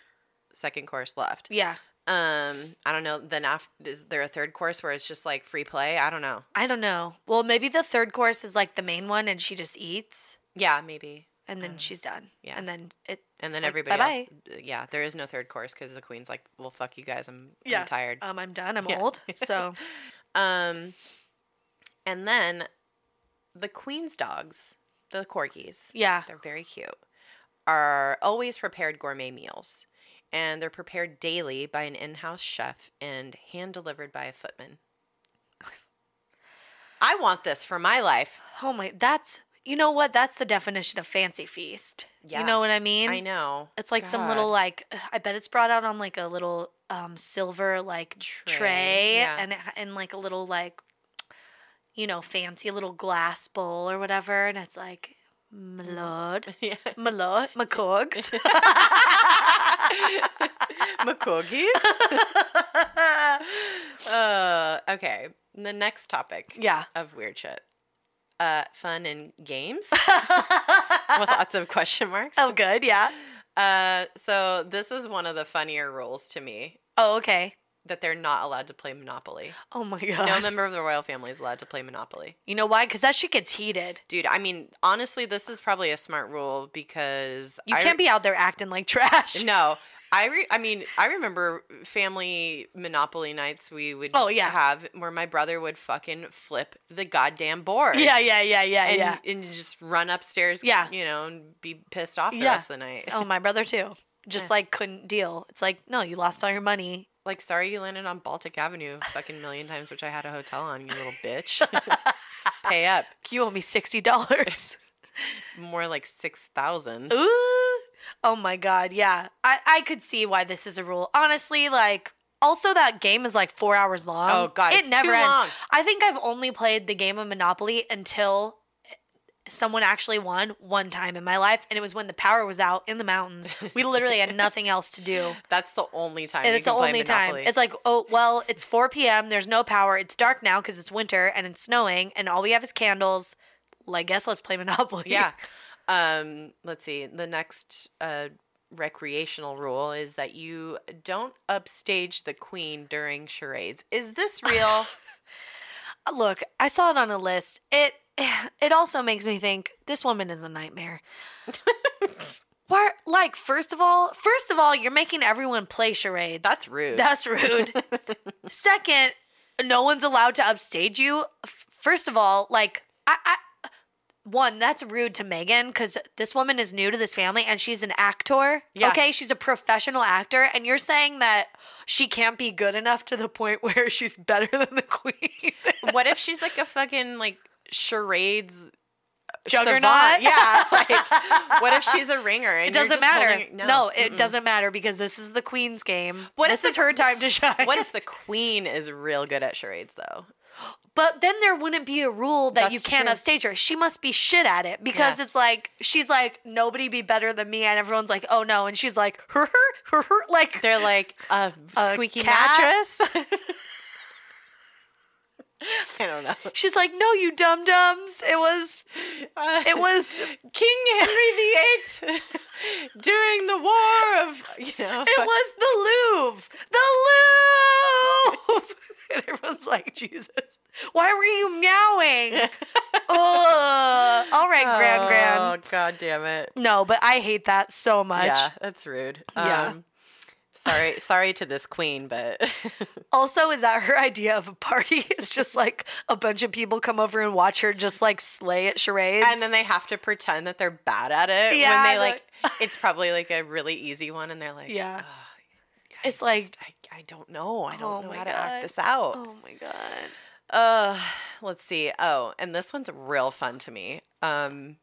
S1: second course left
S2: Yeah,
S1: um i don't know then after is there a third course where it's just like free play i don't know
S2: I don't know. Well, maybe the third course is like the main one, and she just eats,
S1: yeah maybe
S2: and then
S1: Um,
S2: she's done.
S1: yeah.
S2: and then it.
S1: and then everybody else yeah there is no third course because the queen's like well fuck you guys i'm,
S2: Yeah.
S1: I'm tired
S2: Um, I'm done. I'm
S1: Yeah.
S2: old. So
S1: um and then the queen's dogs the corgis
S2: yeah,
S1: They're very cute. Are always prepared gourmet meals, and they're prepared daily by an in-house chef and hand delivered by a footman. I want this for my life.
S2: oh my, that's you know what? That's the definition of fancy feast.
S1: Yeah.
S2: You know what I mean?
S1: I know.
S2: It's like some little like I bet it's brought out on like a little um silver like tray,
S1: Tray, yeah.
S2: and it, ha- and like a little like you know fancy little glass bowl or whatever, and it's like my lord,
S1: Yeah.
S2: my lord, my cogs.
S1: McCoogies. uh, okay. The next topic
S2: yeah.
S1: of weird shit. Uh, fun and games with lots of question marks.
S2: oh, good. Yeah.
S1: Uh, so this is one of the funnier rules to me
S2: Oh, okay.
S1: that they're not allowed to play Monopoly.
S2: Oh my god.
S1: No member of the royal family is allowed to play Monopoly.
S2: you know why? Because that shit gets heated.
S1: Dude, I mean, honestly, this is probably a smart rule because
S2: You
S1: I-
S2: can't be out there acting like trash.
S1: No, I re- I mean, I remember family Monopoly nights we would
S2: Oh, yeah.
S1: have where my brother would fucking flip the goddamn board.
S2: Yeah, yeah, yeah, yeah,
S1: And,
S2: yeah.
S1: and just run upstairs,
S2: Yeah.
S1: you know, and be pissed off the
S2: Yeah.
S1: rest of the night.
S2: Oh, my brother too.
S1: Yeah.
S2: Just like couldn't deal. It's like, no, you lost all your money.
S1: Like, sorry you landed on Baltic Avenue a fucking million times, which I had a hotel on, you little bitch. Pay up.
S2: You owe me sixty dollars.
S1: More like 6,000.
S2: Ooh. Oh my god, yeah. I, I could see why this is a rule. Honestly, like also that game is like four hours long.
S1: Oh, God.
S2: um, It
S1: it's
S2: never
S1: too
S2: ends.
S1: long.
S2: I think I've only played the game of Monopoly until someone actually won one time in my life, and it was when the power was out in the mountains. We literally had nothing else to do.
S1: That's the only time.
S2: And
S1: you
S2: it's the
S1: can play
S2: only time.
S1: Monopoly.
S2: It's like, oh, well, it's 4 p.m. There's no power. It's dark now because it's winter and it's snowing, and all we have is candles. Well, I guess let's play Monopoly.
S1: yeah. Um, let's see. The next uh, recreational rule is that you don't upstage the queen during charades. Is this real?
S2: Uh, Look, I saw it on a list. It it also makes me think this woman is a nightmare. Why? Like, first of all, first of all, you're making everyone play charades.
S1: That's rude.
S2: That's rude. Second, no one's allowed to upstage you. F- First of all, like I, I one, that's rude to Megan because this woman is new to this family and she's an actor.
S1: Yeah.
S2: Okay, she's a professional actor, and you're saying that she can't be good enough to the point where she's better than the queen.
S1: what if she's like a fucking like charades
S2: Juggernaut?
S1: savant? Yeah. Like, what if she's a ringer? And
S2: It
S1: you're just
S2: doesn't matter.
S1: holding-
S2: No, it
S1: mm-mm.
S2: doesn't matter because this is the queen's game.
S1: What
S2: this
S1: if the-
S2: is her time to shine.
S1: What if the queen is real good at charades though?
S2: But then there wouldn't be a rule that you
S1: That's
S2: can't
S1: true.
S2: upstage her. She must be shit at it because
S1: Yeah.
S2: it's like she's like nobody be better than me, and everyone's like, oh no, and she's like, her, her, her, her, like
S1: They're like a
S2: A
S1: squeaky
S2: cat?
S1: mattress. I don't know.
S2: She's like, "No, you dum dums. It was
S1: Uh,
S2: it was
S1: King Henry VIII during the war of you know.
S2: it was the Louvre. The Louvre." and everyone's like, "Jesus, why were you meowing?" Ugh. All right, Grand Grand.
S1: Oh god damn it.
S2: No, but I hate that so much.
S1: Yeah, that's rude.
S2: Yeah.
S1: Um, sorry, sorry to this queen, but
S2: Also, is that her idea of a party? It's just like a bunch of people come over and watch her just like slay at charades.
S1: and then they have to pretend that they're bad at it
S2: Yeah,
S1: when they like.
S2: like-
S1: it's probably like a really easy one, and they're like,
S2: Yeah.
S1: "Ugh, I
S2: It's like-
S1: just- I, I don't know. I
S2: Oh
S1: don't know
S2: my
S1: how to act
S2: God.
S1: this out.
S2: oh my god.
S1: Uh, let's see. Oh, and this one's real fun to me. Um,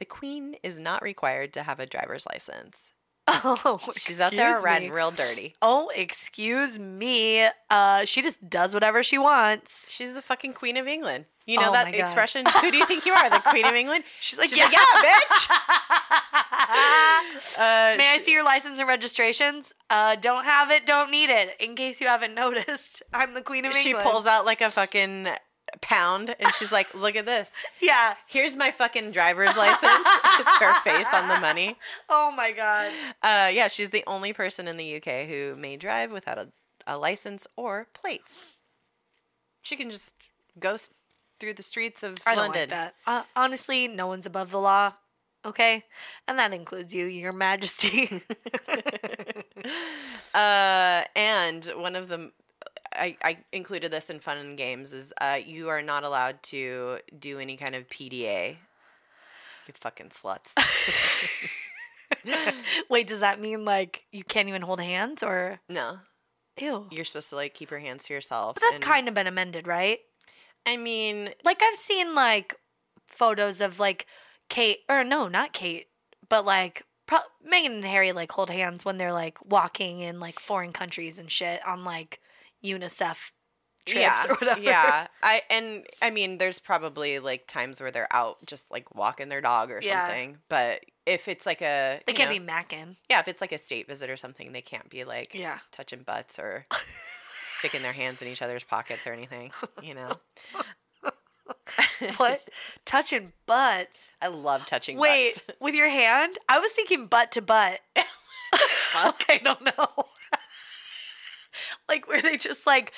S1: the queen is not required to have a driver's license.
S2: Oh,
S1: She's out there
S2: excuse
S1: riding
S2: me.
S1: real dirty.
S2: Oh, excuse me. Uh, she just does whatever she wants.
S1: She's the fucking queen of England. You know
S2: Oh my
S1: that
S2: God.
S1: expression? Who do you think you are? The queen of England?
S2: She's like,
S1: She's
S2: yeah.
S1: like, yeah, bitch. Uh,
S2: May I
S1: she-
S2: see your license and registrations? Uh, don't have it. Don't need it. In case you haven't noticed, I'm the queen of
S1: She
S2: England.
S1: pulls out like a fucking pound, and she's like, "Look at this.
S2: Yeah.
S1: Here's my fucking driver's license." it's her face on the money.
S2: Oh my god.
S1: Uh, yeah, she's the only person in the UK who may drive without a, a license or plates. She can just go s- through the streets of
S2: I don't
S1: London.
S2: like that. Uh, honestly, no one's above the law. Okay, and that includes you, Your Majesty.
S1: Uh, and one of them, I, I included this in fun and games, is uh, you are not allowed to do any kind of PDA. You fucking sluts.
S2: Wait, does that mean like you can't even hold hands or
S1: no,
S2: ew?
S1: you're supposed to like keep your hands to yourself.
S2: But that's
S1: and-
S2: kind of been amended, right?
S1: I mean,
S2: Like I've seen like photos of like Kate or no, not Kate, but like pro- Megan and Harry like hold hands when they're like walking in like foreign countries and shit on like UNICEF trips
S1: yeah,
S2: or whatever.
S1: Yeah. I and I mean there's probably like times where they're out just like walking their dog or
S2: Yeah.
S1: something. But if it's like a
S2: They
S1: you
S2: can't
S1: know-
S2: be mackin.
S1: Yeah, if it's like a state visit or something, they can't be like
S2: Yeah.
S1: touching butts or sticking their hands in each other's pockets or anything, you know.
S2: What? Touching butts.
S1: I love touching
S2: Wait,
S1: butts.
S2: with your hand? I was thinking butt to butt.
S1: Fuck?
S2: I don't know. like where they just like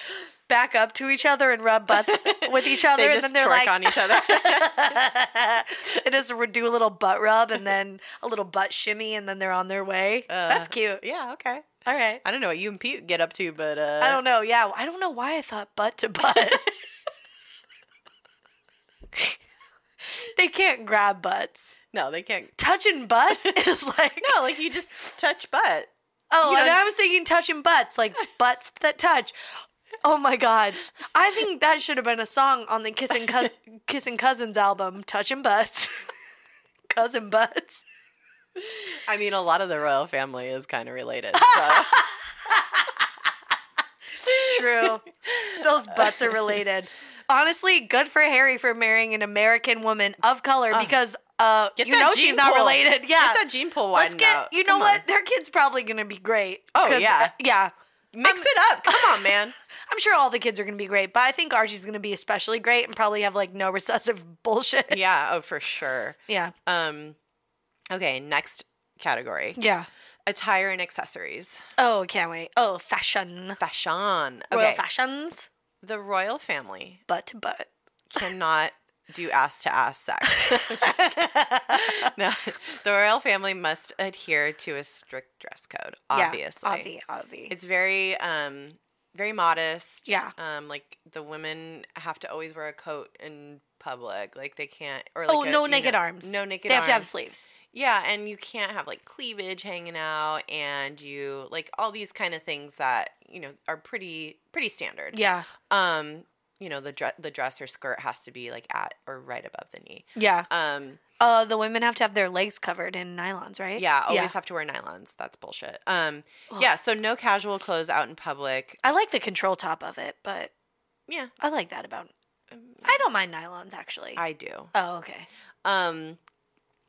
S2: back up to each other and rub butts with each other,
S1: They
S2: and
S1: just
S2: then they're
S1: twerk
S2: like
S1: on each other.
S2: they just do a little butt rub and then a little butt shimmy, and then they're on their way. That's
S1: Uh,
S2: cute.
S1: yeah, okay.
S2: All right.
S1: I don't know what you and Pete get up to, but uh
S2: I don't know. Yeah, I don't know why I thought butt to butt. they can't grab butts.
S1: No, they can't
S2: Touching butts is like
S1: No, like you just touch butt.
S2: Oh,
S1: You
S2: and
S1: don't-
S2: I was thinking touching butts, like butts that touch. Oh my god. I think that should have been a song on the Kissing Cous Kissing Cousins album, Touching Butts. Cousin Butts.
S1: I mean a lot of the royal family is kind of related. So
S2: True. Those butts are related. Honestly, good for Harry for marrying an American woman of color
S1: Ugh.
S2: because uh
S1: Get
S2: you
S1: that
S2: know
S1: gene
S2: she's not
S1: pool.
S2: related. Yeah.
S1: Get that gene pool
S2: Let's
S1: widened
S2: get
S1: out.
S2: you know
S1: Come
S2: what?
S1: on.
S2: Their kid's probably gonna be great.
S1: Oh,
S2: 'Cause,
S1: yeah.
S2: uh, yeah.
S1: Mix it up. Come on, man.
S2: I'm sure all the kids are going to be great, but I think Archie's going to be especially great and probably have like no recessive bullshit.
S1: yeah, oh for sure.
S2: Yeah.
S1: Um okay, next category.
S2: Yeah.
S1: Attire and accessories.
S2: Oh, can't wait. Oh, fashion.
S1: Fashion.
S2: Royal
S1: Okay.
S2: fashions,
S1: the royal family
S2: butt to butt.
S1: cannot do ass to ass sex. Just kidding. no. The royal family must adhere to a strict dress code, obviously.
S2: Yeah, obvi, obvi.
S1: It's very um very modest.
S2: Yeah.
S1: Um like the women have to always wear a coat in public. Like they can't or like
S2: oh,
S1: a-
S2: no
S1: you
S2: naked
S1: know,
S2: arms.
S1: No naked
S2: They have
S1: arms.
S2: to have sleeves.
S1: yeah, and you can't have like cleavage hanging out and you like all these kind of things that, you know, are pretty pretty standard.
S2: Yeah.
S1: Um, you know, the dress the dress or skirt has to be like at or right above the knee.
S2: Yeah.
S1: Um
S2: Uh, the women have to have their legs covered in nylons, right?
S1: yeah, always have to wear nylons. That's bullshit. Um yeah, so no casual clothes out in public.
S2: I like the control top of it, but
S1: Yeah.
S2: I like that about.
S1: um,
S2: I don't mind nylons actually.
S1: I do.
S2: oh, okay.
S1: Um,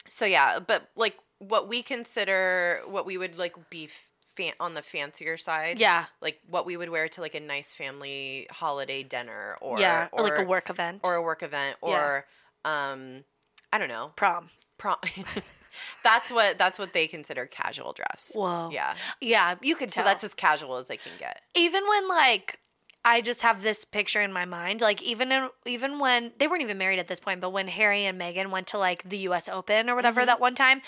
S1: so yeah, but like what we consider what we would like be f- fan- on the fancier side.
S2: Yeah.
S1: Like what we would wear to like a nice family holiday dinner or
S2: yeah. Or, like a
S1: or-
S2: work event
S1: or a work event
S2: Yeah.
S1: or um I don't know.
S2: prom.
S1: Prom That's what that's what they consider casual dress.
S2: Whoa. Yeah.
S1: Yeah.
S2: Yeah. You could
S1: So
S2: tell.
S1: that's as casual as they can get.
S2: even when like I just have this picture in my mind, like even in, even when they weren't even married at this point, but when Harry and Meghan went to like the U.S. Open or whatever
S1: Mhm.
S2: that one time,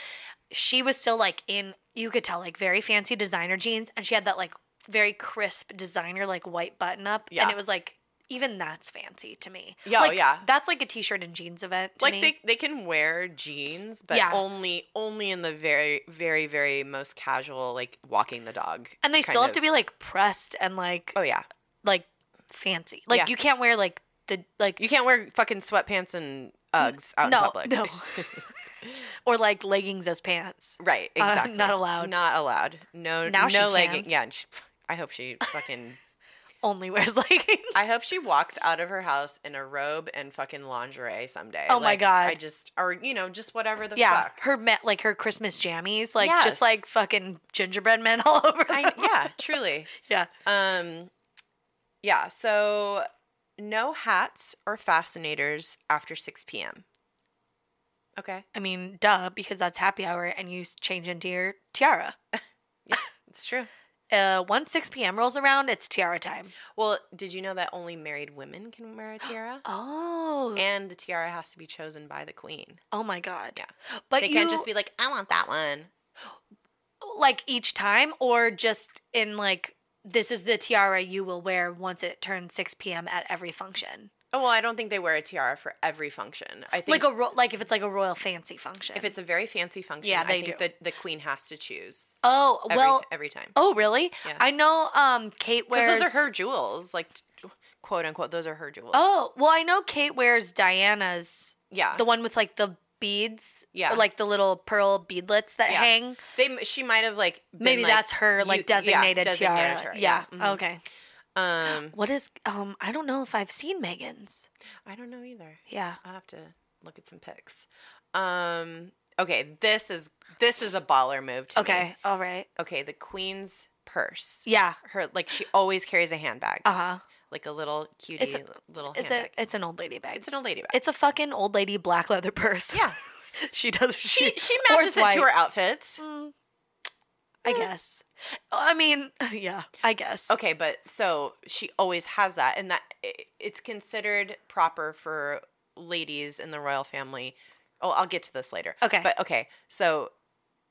S2: she was still like in you could tell like very fancy designer jeans, and she had that like very crisp designer like white button up,
S1: Yeah.
S2: and it was like even that's fancy to me.
S1: Yeah, oh,
S2: Like,
S1: yeah.
S2: That's like a t-shirt and jeans event. To
S1: like
S2: me.
S1: they they can wear jeans, but
S2: Yeah.
S1: only only in the very very very most casual like walking the dog.
S2: and they
S1: kind
S2: still have
S1: of-
S2: to be like pressed and like
S1: Oh yeah.
S2: like fancy. Like
S1: Yeah.
S2: you can't wear like the like
S1: You can't wear fucking sweatpants and Uggs out
S2: no,
S1: in public.
S2: No. or like leggings as pants.
S1: Right,
S2: Uh,
S1: exactly.
S2: not allowed.
S1: Not allowed. No
S2: Now
S1: no
S2: she
S1: legging.
S2: can.
S1: Yeah, she, I hope she fucking
S2: Only wears leggings.
S1: I hope she walks out of her house in a robe and fucking lingerie someday.
S2: Oh my
S1: Like,
S2: God.
S1: I just or you know just whatever the
S2: yeah,
S1: fuck.
S2: her met like her Christmas jammies, like
S1: Yes.
S2: just like fucking gingerbread men all over.
S1: I,
S2: them.
S1: yeah, truly.
S2: yeah,
S1: Um, yeah. So no hats or fascinators after six p.m. Okay,
S2: I mean, duh, because that's happy hour, and you s- change into your tiara.
S1: it's true.
S2: Uh, once six p.m. rolls around, it's tiara time.
S1: Well, did you know that only married women can wear a tiara?
S2: Oh,
S1: And the tiara has to be chosen by the queen.
S2: oh my god.
S1: Yeah.
S2: but
S1: they
S2: you
S1: can't just be like, "I want that one."
S2: like each time, or just in like this is the tiara you will wear once it turns six p.m. at every function.
S1: Oh well, I don't think they wear a tiara for every function. I think
S2: like a ro- like if it's like a royal fancy function.
S1: If it's a very fancy function,
S2: Yeah,
S1: I
S2: they
S1: think
S2: do.
S1: that the queen has to choose
S2: oh
S1: every,
S2: well,
S1: every time.
S2: oh really?
S1: Yeah.
S2: I know. Um, Kate
S1: Because
S2: wears
S1: those are her jewels, like t- quote unquote, those are her jewels.
S2: Oh well, I know Kate wears Diana's,
S1: yeah,
S2: the one with like the beads,
S1: yeah.
S2: or, like the little pearl beadlets that
S1: Yeah.
S2: hang.
S1: they, m- she might have like been,
S2: Maybe
S1: like,
S2: that's her like
S1: you- yeah,
S2: designated,
S1: designated
S2: tiara.
S1: tiara,
S2: Yeah.
S1: yeah, mhm.
S2: Okay.
S1: Um,
S2: What is um? I don't know if I've seen Megan's.
S1: I don't know either.
S2: Yeah.
S1: I'll have to look at some pics. Um, okay, this is this is a baller move. To me.
S2: Okay. All right.
S1: okay, the queen's purse.
S2: Yeah.
S1: Her like she always carries a handbag,
S2: Uh huh.
S1: like a little cutie little
S2: It's
S1: handbag.
S2: a it's an old lady bag.
S1: it's an old lady bag.
S2: It's a fucking old lady black leather purse.
S1: yeah,
S2: she does.
S1: she she
S2: or
S1: matches
S2: it's
S1: it
S2: white.
S1: to her outfits.
S2: Mm, I
S1: Eh.
S2: guess. I mean, yeah, I guess.
S1: Okay, but so she always has that, and that i- it's considered proper for ladies in the royal family. Oh, I'll get to this later.
S2: Okay.
S1: But okay, so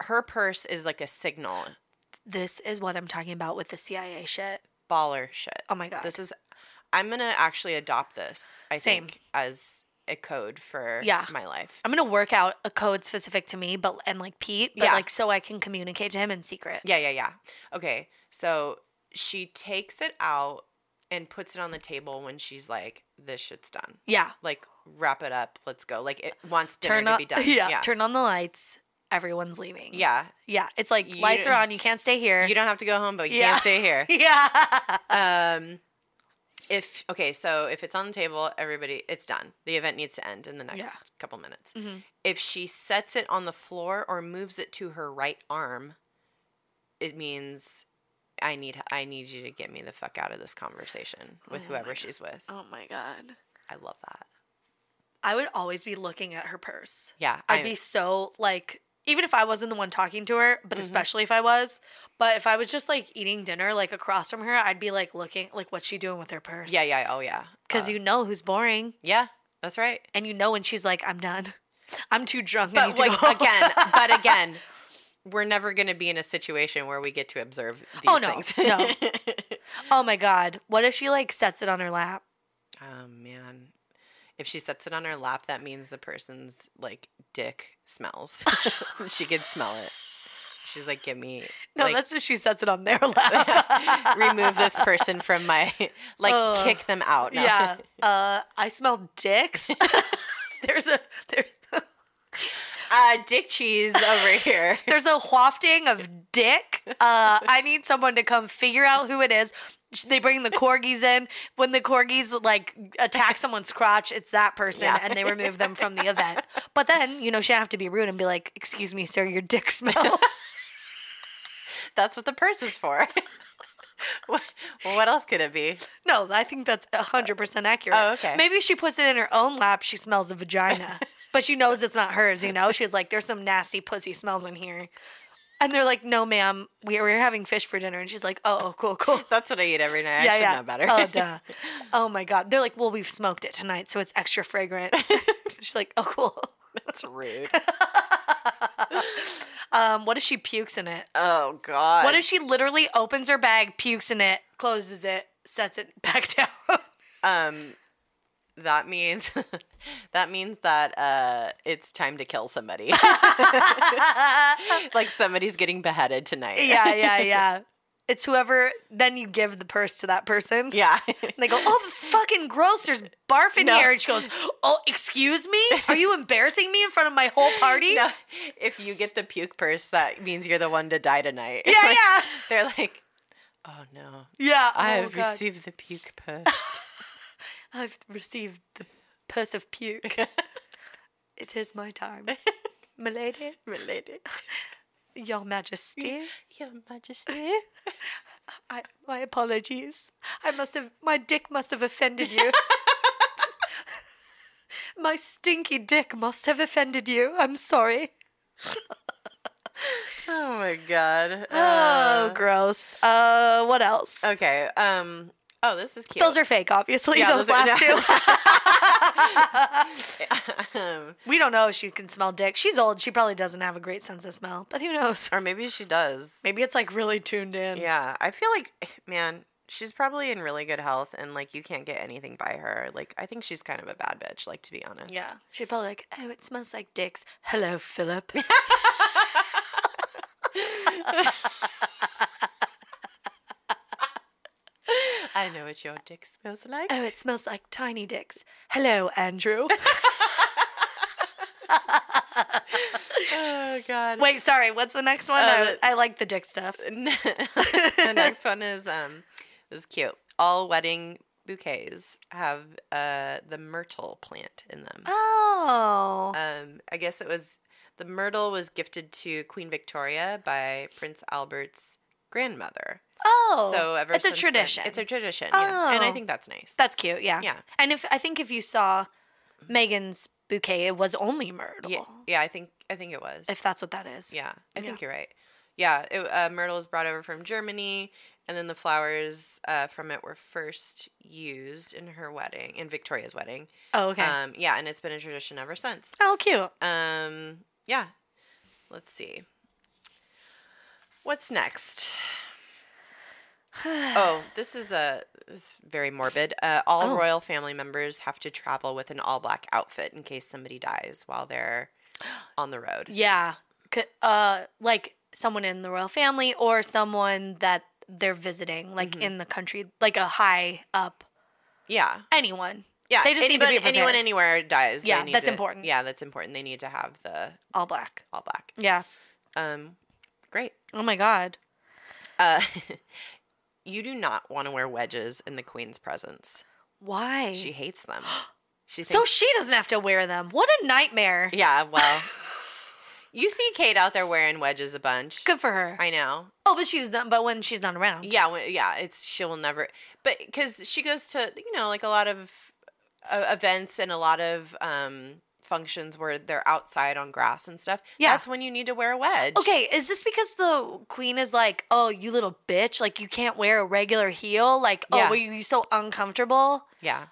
S1: her purse is like a signal
S2: this is what I'm talking about with the CIA shit.
S1: baller shit.
S2: Oh my god.
S1: This is, I'm gonna actually adopt this. I
S2: Same.
S1: think as a code for
S2: Yeah.
S1: my life.
S2: I'm gonna work out a code specific to me, but and like Pete, but
S1: Yeah.
S2: like so I can communicate to him in secret.
S1: Yeah, yeah, yeah. Okay, so she takes it out and puts it on the table when she's like, "This shit's done."
S2: Yeah.
S1: Like, wrap it up. Let's go. Like, it wants dinner
S2: Turn
S1: to
S2: on.
S1: be done.
S2: Yeah, Turn on the lights. Everyone's leaving.
S1: Yeah.
S2: Yeah. It's like
S1: You
S2: lights are
S1: don't-
S2: on. You can't stay here.
S1: You don't have to go home, but you
S2: Yeah.
S1: can't stay here.
S2: yeah.
S1: Um if okay, so if it's on the table, everybody it's done. The event needs to end in the next
S2: Yeah.
S1: couple minutes.
S2: Mhm.
S1: If she sets it on the floor or moves it to her right arm, it means I need I need you to get me the fuck out of this conversation with
S2: Oh my
S1: whoever
S2: God.
S1: she's with.
S2: Oh my god.
S1: I love that.
S2: I would always be looking at her purse.
S1: Yeah.
S2: I'd
S1: I-
S2: be so like even if I wasn't the one talking to her, but
S1: Mhm.
S2: especially if I was, but if I was just like eating dinner like across from her, I'd be like looking like what's she doing with her purse?
S1: Yeah, yeah, oh yeah.
S2: Cuz
S1: Uh,
S2: you know who's boring.
S1: Yeah, that's right.
S2: and you know when she's like, "I'm done, I'm too drunk." I need
S1: But
S2: to
S1: like
S2: go.
S1: again, but again, we're never going to be in a situation where we get to observe these
S2: Oh, no.
S1: things.
S2: No. oh my god, what if she like sets it on her lap?
S1: Oh man. If she sets it on her lap, that means the person's like dick smells. she can smell it. She's like, "Give me
S2: No,
S1: like,
S2: that's if she sets it on their lap.
S1: remove this person from my like
S2: Ugh.
S1: kick them out." No.
S2: Oh. Yeah, uh, I smell dicks. there's a there,
S1: uh, dick cheese over here.
S2: there's a wafting of dick. Uh, I need someone to come figure out who it is. Sh- They bring the corgis in. When the corgis like attack someone's crotch, it's that person,
S1: Yeah.
S2: and they remove them from the event. But then you know she have to be rude and be like, "Excuse me, sir, your dick smells."
S1: That's what the purse is for. what, what else could it be?
S2: No, I think that's 100% accurate.
S1: Oh, okay.
S2: Maybe she puts it in her own lap. She smells a vagina, but she knows it's not hers, you know? She's like, there's some nasty pussy smells in here. And they're like, no, ma'am, we, we're having fish for dinner. And she's like, oh, oh, cool, cool.
S1: That's what I eat every night. I should know better.
S2: Oh, duh. Oh, my God. They're like, well, we've smoked it tonight, so it's extra fragrant. she's like, oh, cool.
S1: That's rude.
S2: Um, what if she pukes in it?
S1: Oh God.
S2: What if she literally opens her bag, pukes in it, closes it, sets it back down?
S1: um that means that means that uh it's time to kill somebody. like somebody's getting beheaded tonight.
S2: yeah, yeah, yeah. It's whoever, then you give the purse to that person.
S1: Yeah.
S2: And they go, oh, fucking gross. There's barf in
S1: No.
S2: here. And she goes, oh, excuse me? Are you embarrassing me in front of my whole party?
S1: No, if you get the puke purse, that means you're the one to die tonight.
S2: Yeah,
S1: Like,
S2: yeah.
S1: They're like, oh no,
S2: Yeah.
S1: I
S2: oh,
S1: have
S2: God.
S1: received the puke purse.
S2: I've received the purse of puke. it is my time. Milady,
S1: Related.
S2: your majesty,
S1: Your Majesty.
S2: I, my apologies. I must have, my dick must have offended you. my stinky dick must have offended you. I'm sorry.
S1: Oh my god.
S2: Oh,
S1: Uh,
S2: gross. Uh, what else?
S1: okay. Um. Oh, this is cute.
S2: Those are fake, obviously.
S1: Yeah,
S2: those,
S1: those are-
S2: last two.
S1: um,
S2: we don't know if she can smell dick. She's old. She probably doesn't have a great sense of smell, but who knows?
S1: or maybe she does.
S2: Maybe it's like really tuned in.
S1: Yeah, I feel like, eh, man, she's probably in really good health, and like you can't get anything by her. Like, I think she's kind of a bad bitch. Like, to be honest.
S2: Yeah. She'd probably like, oh, it smells like dicks. Hello, Philip.
S1: I know what your dick smells like.
S2: oh, it smells like tiny dicks. Hello, Andrew.
S1: oh God.
S2: Wait, sorry. What's Oh, the next one? I,
S1: Uh,
S2: I like the dick stuff.
S1: the next one is um, this is cute. All wedding bouquets have uh the myrtle plant in them.
S2: Oh.
S1: Um, I guess it was the myrtle was gifted to Queen Victoria by Prince Albert's grandmother.
S2: oh.
S1: so ever
S2: it's a
S1: since then-
S2: tradition.
S1: it's a tradition. Yeah. And I
S2: Oh.
S1: think that's nice.
S2: That's cute. Yeah.
S1: yeah.
S2: And if I think if you saw Megan's bouquet, it was only myrtle.
S1: Yeah. Yeah. I think I think it was.
S2: If that's what that is.
S1: yeah. I
S2: Yeah.
S1: think you're right. Yeah. It, uh, myrtle is brought over from Germany, and then the flowers uh, from it were first used in her wedding, in Victoria's wedding.
S2: Oh, okay.
S1: Um, yeah, and it's been a tradition ever since.
S2: oh, cute.
S1: Um, yeah. Let's see. What's next? oh, this is a this is very morbid. Uh, all
S2: Oh.
S1: royal family members have to travel with an all black outfit in case somebody dies while they're on the road.
S2: Yeah. C- Uh, like someone in the royal family or someone that they're visiting, like
S1: Mhm.
S2: in the country, like a high up
S1: Yeah,
S2: anyone.
S1: yeah.
S2: They just need to
S1: anyone,
S2: be
S1: anyone
S2: prepared.
S1: anywhere dies. they
S2: Yeah,
S1: need
S2: that's
S1: to-
S2: important.
S1: Yeah, that's important. They need to have the
S2: All black.
S1: all black.
S2: Yeah.
S1: Um, great.
S2: Oh my god.
S1: Uh, you do not want to wear wedges in the queen's presence.
S2: Why?
S1: She hates them. She thinks,
S2: so she doesn't have to wear them. What a nightmare.
S1: yeah, well, you see Kate out there wearing wedges a bunch.
S2: Good for her.
S1: I know.
S2: oh, but she's not. But when she's not around.
S1: Yeah, when, yeah. It's she will never, but because she goes to you know like a lot of uh, events and a lot of um functions where they're outside on grass and stuff.
S2: Yeah.
S1: that's when you need to wear a wedge.
S2: Okay, is this because the queen is like, oh, you little bitch, like you can't wear a regular heel? Like,
S1: Yeah.
S2: oh, were you so uncomfortable?
S1: Yeah,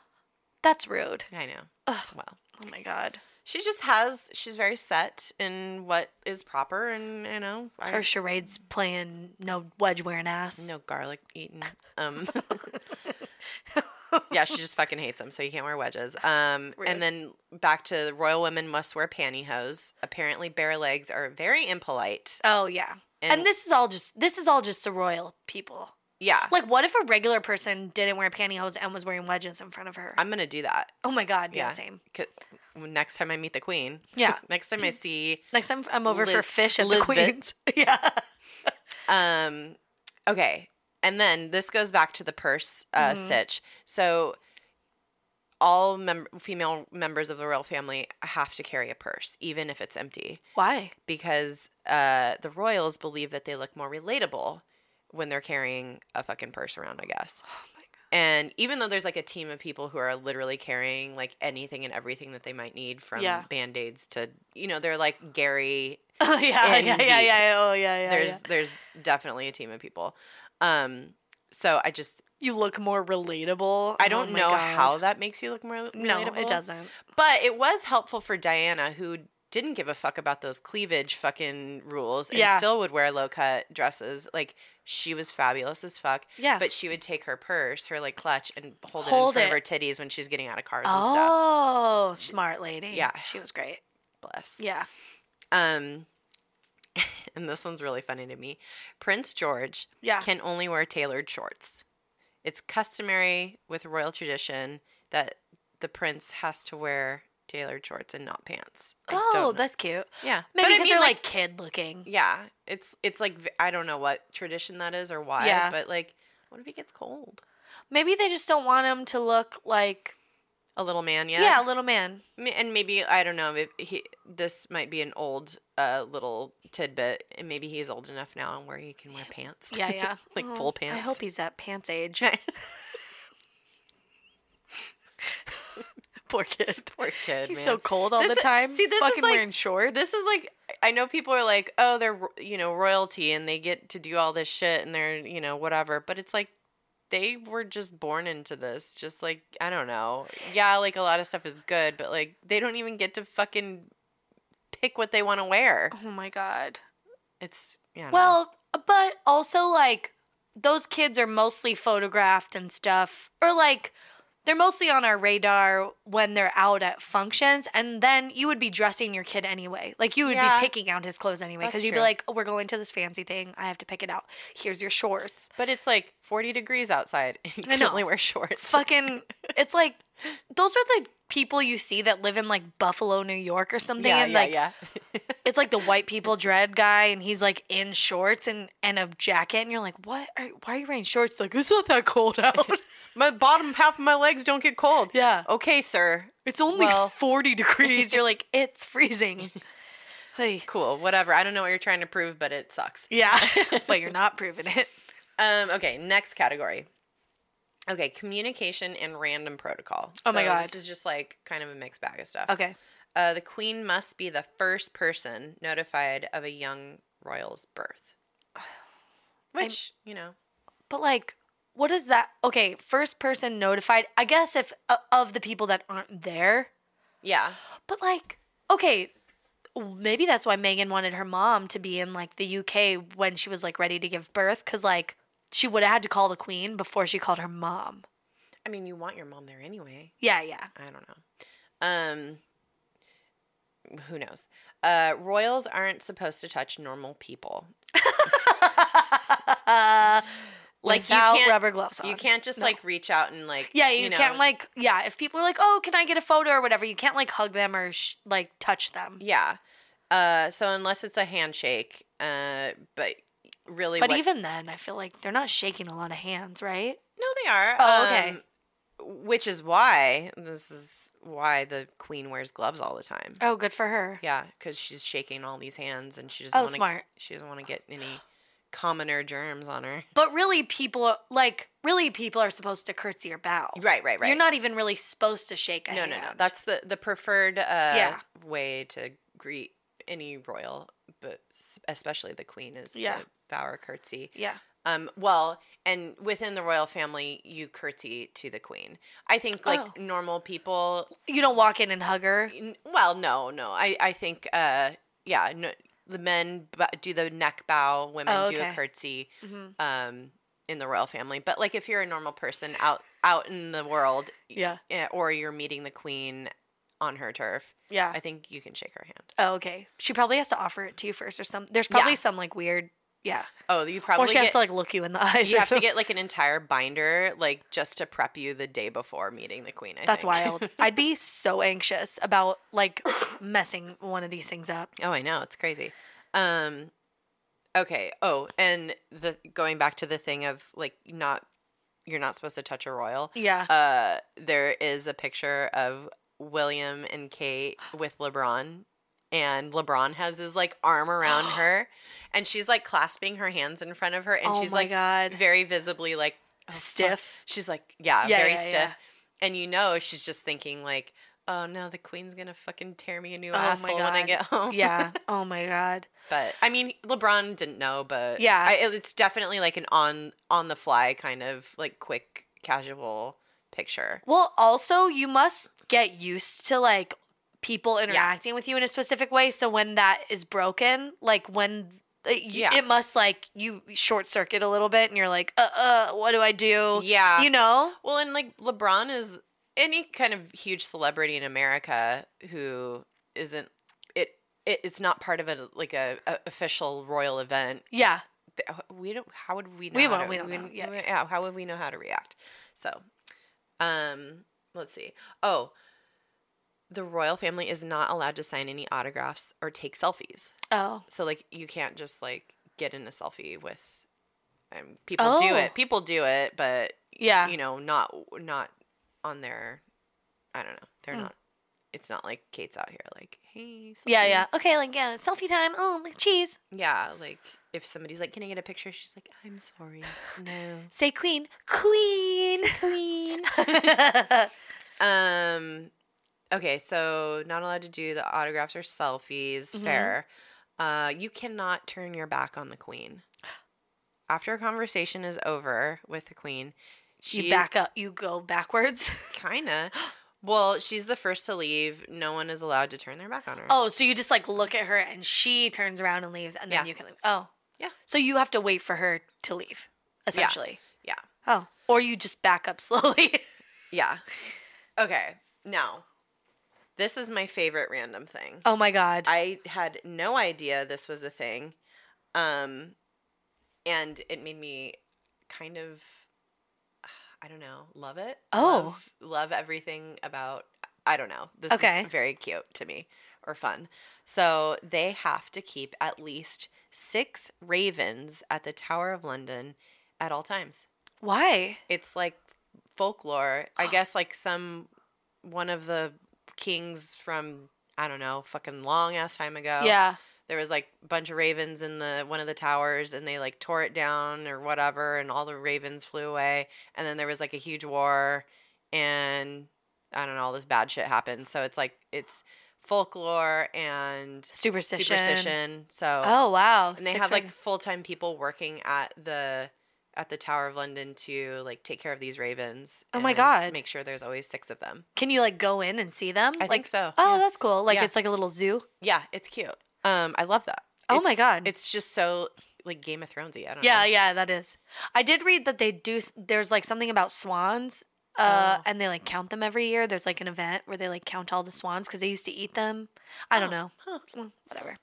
S2: That's rude.
S1: I know.
S2: Ugh.
S1: Well,
S2: Oh my god.
S1: she just has. She's very set in what is proper, and you know, I,
S2: Her charades playing no wedge wearing ass.
S1: No garlic eaten. Um, yeah, she just fucking hates them, so you can't wear wedges. Um,
S2: Rude.
S1: and then back to the royal women must wear pantyhose. Apparently, bare legs are very impolite.
S2: Oh yeah. And, this is all just this is all just the royal people.
S1: yeah,
S2: Like what if a regular person didn't wear pantyhose and was wearing wedges in front of her?
S1: I'm gonna do that.
S2: oh my god, yeah,
S1: yeah.
S2: same.
S1: 'Cause Next time I meet the queen.
S2: Yeah.
S1: Next time I see.
S2: Next time I'm over for
S1: Liz-
S2: fish at
S1: Lisbeth.
S2: the Queen's. yeah.
S1: Um, okay, and then this goes back to the purse uh,
S2: Mhm.
S1: stitch. So. All mem- female members of the royal family have to carry a purse, even if it's empty.
S2: Why?
S1: because uh, the royals believe that they look more relatable when they're carrying a fucking purse around, I guess.
S2: Oh my god.
S1: And even though there's like a team of people who are literally carrying like anything and everything that they might need from
S2: Yeah.
S1: band aids to, you know, they're like Gary
S2: Oh yeah,
S1: And
S2: yeah, yeah,
S1: deep.
S2: yeah. Oh yeah, yeah.
S1: there's
S2: yeah.
S1: there's definitely a team of people. Um, so I just
S2: you look more relatable.
S1: I
S2: Oh
S1: don't
S2: my
S1: know
S2: God.
S1: how that makes you look more relatable.
S2: No, it doesn't.
S1: But it was helpful for Diana who didn't give a fuck about those cleavage fucking rules and
S2: Yeah.
S1: still would wear low cut dresses. Like she was fabulous as fuck.
S2: Yeah.
S1: But she would take her purse, her like clutch, and hold,
S2: Hold
S1: it in
S2: it.
S1: front of her titties when she's getting out of cars and stuff.
S2: oh, smart lady.
S1: Yeah.
S2: she was great.
S1: Bless.
S2: Yeah.
S1: Um, and this one's really funny to me. Prince George
S2: Yeah.
S1: can only wear tailored shorts. It's customary with royal tradition that the prince has to wear tailored shorts and not pants. I don't
S2: oh,
S1: know.
S2: that's cute.
S1: yeah. but
S2: Maybe
S1: I
S2: because
S1: mean,
S2: they're
S1: like,
S2: like, kid looking.
S1: yeah, it's it's like v- I don't know what tradition that is or why,
S2: Yeah.
S1: but like, what if he gets cold?
S2: Maybe they just don't want him to look like
S1: A little man,
S2: yeah,
S1: yeah.
S2: a little man.
S1: M- and maybe I don't know if he. This might be an old uh, little tidbit, and maybe he's old enough now and where he can wear pants.
S2: Yeah, yeah.
S1: Like
S2: Oh,
S1: full
S2: I
S1: pants.
S2: hope he's at pants age. Poor kid.
S1: Poor kid,
S2: He's
S1: man.
S2: so cold all
S1: This
S2: the
S1: is-
S2: time.
S1: see, this is
S2: fucking
S1: like-
S2: wearing shorts.
S1: this is like I know people are like, oh, they're ro- you know royalty and they get to do all this shit and they're you know whatever, but it's like they were just born into this. Just like I don't know, yeah, like a lot of stuff is good, but like they don't even get to fucking pick what they want to wear.
S2: oh my god.
S1: It's yeah. I don't know.
S2: Well, but also like those kids are mostly photographed and stuff, or like they're mostly on our radar when they're out at functions. And then you would be dressing your kid anyway. Like you would
S1: Yeah.
S2: be picking out his clothes anyway
S1: That's
S2: because you'd be
S1: true.
S2: like, oh, "We're going to this fancy thing. I have to pick it out. Here's your shorts."
S1: but it's like forty degrees outside and you
S2: I
S1: can
S2: know.
S1: only wear shorts.
S2: Fucking, it's like those are the people you see that live in like Buffalo, New York, or something,
S1: yeah,
S2: and
S1: yeah,
S2: like
S1: yeah.
S2: it's like the white people dread guy and he's like in shorts and, and a jacket and you're like what are, why are you wearing shorts like it's not that cold out
S1: My bottom half of my legs don't get cold.
S2: yeah
S1: Okay, sir.
S2: it's only
S1: Well-
S2: 40 degrees you're like it's freezing like
S1: Cool. Whatever. I don't know what you're trying to prove, but it sucks.
S2: yeah but you're not proving it
S1: Um, okay, next category. Okay, communication and random protocol.
S2: Oh my
S1: So
S2: God.
S1: This is just like kind of a mixed bag of stuff.
S2: okay
S1: Uh, the queen must be the first person notified of a young royal's birth.
S2: I'm-
S1: Which, you know,
S2: but like what is that okay first person notified i guess if uh, of the people that aren't there
S1: yeah.
S2: But like, okay, maybe that's why Megan wanted her mom to be in like the UK when she was like ready to give birth, because like she would have had to call the queen before she called her mom.
S1: I mean, you want your mom there anyway.
S2: Yeah, yeah.
S1: I don't know. Um, who knows? Uh, royals aren't supposed to touch normal people. Like, you
S2: Without
S1: can't-
S2: rubber gloves on.
S1: You can't just
S2: No.
S1: like reach out and like
S2: Yeah, you,
S1: know,
S2: can't like yeah. If people are like, "Oh, can I get a photo or whatever?" You can't like hug them or sh- like touch them.
S1: Yeah. Uh, so unless it's a handshake, uh, but really,
S2: But
S1: what-
S2: even then, I feel like they're not shaking a lot of hands, right?
S1: no, they are.
S2: Oh, okay.
S1: um, which is why this is why the queen wears gloves all the time.
S2: Oh, good for her.
S1: Yeah, because she's shaking all these hands and she doesn't
S2: Oh,
S1: want to.
S2: smart.
S1: She doesn't want to get any commoner germs on her.
S2: But really, people are- like really people are supposed to curtsy or bow.
S1: Right, right, right.
S2: Oh, You're not even really supposed to shake a
S1: No,
S2: hand.
S1: no, no. That's the the preferred uh,
S2: Yeah.
S1: way to greet any royal, but s- especially the queen is
S2: Yeah.
S1: to bow or curtsy.
S2: yeah.
S1: Um, well, and within the royal family, you curtsy to the queen. I think like
S2: Oh.
S1: normal people.
S2: You don't walk in and hug her.
S1: n- Well, no, no. I I think uh, yeah. No, the men b- do the neck bow. Women
S2: Oh,
S1: do a
S2: okay.
S1: curtsy.
S2: hmm
S1: Um, in the royal family, but like if you're a normal person out out in the world,
S2: Yeah.
S1: eh, or you're meeting the queen on her turf,
S2: Yeah.
S1: I think you can shake her hand.
S2: Oh, okay. She probably has to offer it to you first or something. There's probably
S1: Yeah.
S2: some like weird. Yeah.
S1: Oh, you probably
S2: or she
S1: get,
S2: has to like look you in the eyes.
S1: you
S2: or
S1: have to
S2: something.
S1: get like an entire binder, like just to prep you the day before meeting the queen. I
S2: That's
S1: think.
S2: wild. I'd be so anxious about like messing one of these things up.
S1: Oh, I know. It's crazy. Um okay. Oh, and the going back to the thing of like not you're not supposed to touch a royal.
S2: Yeah.
S1: Uh there is a picture of William and Kate with LeBron and LeBron has his like arm around her and she's like clasping her hands in front of her and
S2: oh
S1: she's
S2: my
S1: like
S2: god,
S1: very visibly like "Oh, fuck."
S2: stiff.
S1: She's like, yeah,
S2: Yeah,
S1: very
S2: yeah,
S1: stiff.
S2: yeah.
S1: And you know she's just thinking like, oh no, the queen's gonna fucking tear me a new
S2: Oh my
S1: asshole when I
S2: God.
S1: get home.
S2: yeah. Oh my god.
S1: But I mean, LeBron didn't know, but
S2: Yeah.
S1: I, it- it's definitely like an on on the fly kind of like quick casual picture.
S2: Well, also you must get used to like people interacting with you in a specific way. So when that is broken, like when uh, you,
S1: Yeah.
S2: it must like you short circuit a little bit, and you're like, uh, uh, what do I do?
S1: Yeah.
S2: You know?
S1: Well, and like LeBron is any kind of huge celebrity in America who isn't it, it it's not part of a like a, a official royal event.
S2: Yeah.
S1: th- We don't. How would we know?
S2: We
S1: how
S2: won't-
S1: to-
S2: we don't know. Yeah, yeah.
S1: How would we know how to react? So, um, let's see. Oh, the royal family is not allowed to sign any autographs or take selfies.
S2: Oh.
S1: So like you can't just like get in a selfie with. Um, people do
S2: Oh.
S1: it. People do it, but
S2: Yeah.
S1: you know, not not on their I don't know. They're
S2: Mm.
S1: not it's not like Kate's out here like, hey,
S2: Yeah,
S1: selfie."
S2: yeah. Okay, like yeah, selfie time. Oh, cheese.
S1: Yeah, like if somebody's like, Can I get a picture? She's like, I'm sorry. No.
S2: Say queen. Queen. Queen.
S1: um okay, so not allowed to do the autographs or selfies,
S2: Mhm.
S1: fair. Uh you cannot turn your back on the queen. After a conversation is over with the queen, she
S2: you back up. You go backwards.
S1: kinda well, she's the first to leave. No one is allowed to turn their back on her.
S2: Oh, so you just like look at her and she turns around and leaves, and then
S1: Yeah.
S2: you can leave. Oh,
S1: Yeah.
S2: So you have to wait for her to leave, essentially.
S1: Yeah.
S2: Oh, or you just back up slowly.
S1: Yeah. Okay. Now, this is my favorite random thing.
S2: oh my god.
S1: I had no idea this was a thing. Um and it made me kind of I don't know, love it.
S2: Oh.
S1: Love, love everything about I don't know. This
S2: Okay.
S1: is very cute to me or fun. So, they have to keep at least 6 ravens at the Tower of London at all times
S2: Why?
S1: it's like folklore. I guess like some one of the kings from I don't know, fucking long ass time ago.
S2: Yeah.
S1: There was like a bunch of ravens in the one of the towers and they like tore it down or whatever and all the ravens flew away and then there was like a huge war and I don't know, all this bad shit happened. So it's like it's folklore and
S2: Superstition.
S1: superstition. So
S2: Oh wow.
S1: and they
S2: Six
S1: have like
S2: ring-
S1: full time people working at the at the Tower of London to like take care of these ravens.
S2: Oh my
S1: and
S2: God.
S1: Make sure there's always six of them.
S2: Can you like go in and see them?
S1: I
S2: like,
S1: think so.
S2: Oh,
S1: yeah.
S2: that's cool. Like
S1: Yeah.
S2: it's like a little zoo.
S1: Yeah, it's cute. Um, I love that.
S2: Oh my
S1: It's-
S2: God.
S1: it's just so like Game of Thronesy. I don't
S2: Yeah,
S1: know.
S2: yeah, that is. I did read that they do. s- There's like something about swans, uh,
S1: Oh.
S2: and they like count them every year. There's like an event where they like count all the swans because they used to eat them. I don't know.
S1: Oh. Huh.
S2: Mm, Whatever.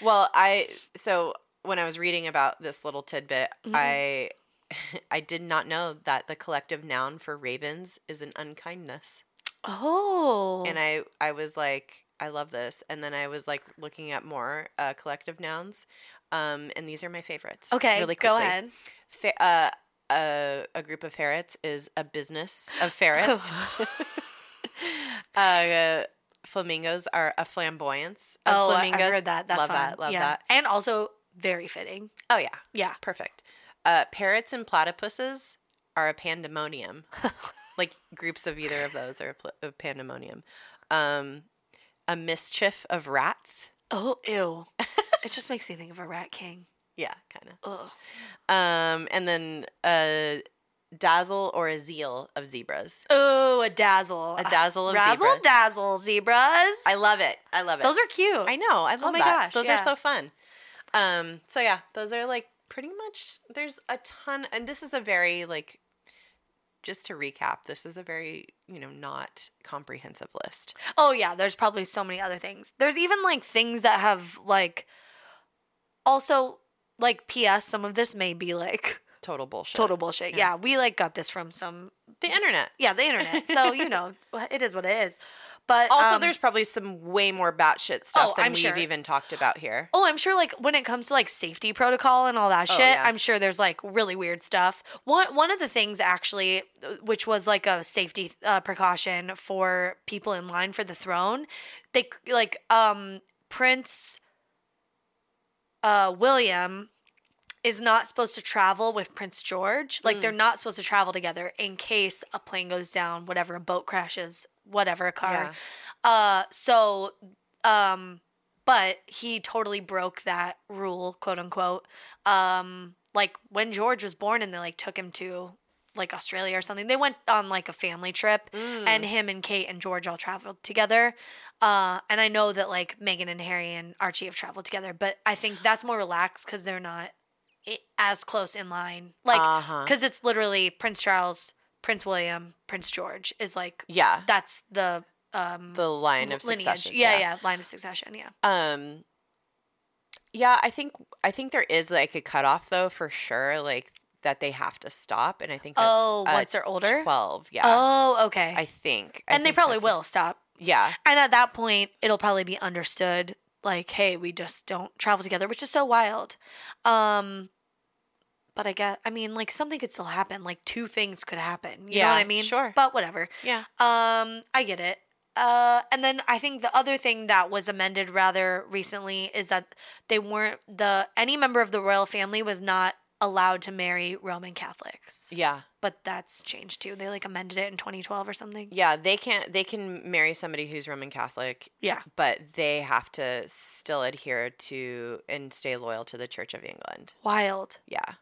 S1: Well, I so when I was reading about this little tidbit,
S2: Mhm.
S1: I I did not know that the collective noun for ravens is an unkindness.
S2: Oh.
S1: and I I was like I love this and then I was like looking at more uh, collective nouns um and these are my favorites
S2: okay,
S1: really
S2: go
S1: quickly.
S2: ahead.
S1: Fa- uh, uh, a group of ferrets is a business of ferrets uh flamingos are a flamboyance of
S2: oh, I-
S1: flamingos
S2: I heard that. That's
S1: love
S2: fun.
S1: that love
S2: yeah.
S1: that
S2: And also very fitting.
S1: oh yeah
S2: Yeah.
S1: perfect uh parrots and platypuses are a pandemonium like groups of either of those are a pl- of pandemonium um a mischief of rats
S2: Oh, ew. it just makes me think of a rat king.
S1: Yeah, kind of.
S2: Ugh.
S1: Um, and then a dazzle or a zeal of zebras.
S2: Oh, a dazzle.
S1: A dazzle of
S2: Razzle
S1: zebras.
S2: dazzle zebras.
S1: I love it. I love it.
S2: Those are cute. Oh
S1: I know. I love
S2: my
S1: that.
S2: gosh,
S1: Those are
S2: yeah.
S1: so fun. Um, so yeah, those are like pretty much. There's a ton, and this is a very like. Just to recap, this is a very you know not comprehensive list.
S2: Oh yeah, there's probably so many other things. There's even like things that have like also like PS some of this may be like
S1: Total bullshit.
S2: total bullshit.
S1: Yeah.
S2: Yeah. we like got this from some
S1: The internet.
S2: yeah, the internet. So, you know, it is what it is. But
S1: Also,
S2: um,
S1: there's probably some way more batshit stuff
S2: Oh,
S1: than
S2: I'm
S1: we've
S2: sure.
S1: even talked about here.
S2: Oh, I'm sure like when it comes to like safety protocol and all that
S1: Oh,
S2: shit,
S1: yeah.
S2: I'm sure there's like really weird stuff. One one of the things actually uh, which was like a safety uh, precaution for people in line for the throne, they c- like um Prince uh, William is not supposed to travel with Prince George. Like
S1: Mm.
S2: they're not supposed to travel together in case a plane goes down, whatever, a boat crashes, whatever, a car. Uh, so, um, but he totally broke that rule, quote unquote. Um, like when George was born and they like took him to like Australia or something, they went on like a family trip
S1: Mm.
S2: Oh, and him and Kate and George all traveled together. Uh, and I know that like Megan and Harry and Archie have traveled together, but I think that's more relaxed because they're not i- as close in line. Like,
S1: uh-huh.
S2: because it's literally Prince Charles, Prince William, Prince George is like
S1: yeah,
S2: that's the um
S1: the line of
S2: lineage.
S1: succession.
S2: Yeah, yeah, line of succession. Yeah.
S1: Um Yeah, I think I think there is like a cutoff though for sure, like that they have to stop and I think that's
S2: oh,
S1: uh,
S2: once they're older.
S1: twelve, yeah.
S2: Oh, okay.
S1: I think. I
S2: and they
S1: think
S2: probably
S1: that's a-
S2: will stop.
S1: yeah.
S2: And at that point, it'll probably be understood like, hey, we just don't travel together, which is so wild. Um but I guess I mean like something could still happen. Like two things could happen. You know
S1: Yeah,
S2: what I mean?
S1: sure.
S2: But whatever.
S1: Yeah.
S2: Um I get it. Uh and then I think the other thing that was amended rather recently is that they weren't the any member of the royal family was not allowed to marry Roman Catholics.
S1: Yeah.
S2: But that's changed too. They like amended it in 2012 or something.
S1: Yeah. They can't they can marry somebody who's Roman Catholic,
S2: Yeah.
S1: but they have to still adhere to and stay loyal to the Church of England.
S2: Wild.
S1: Yeah.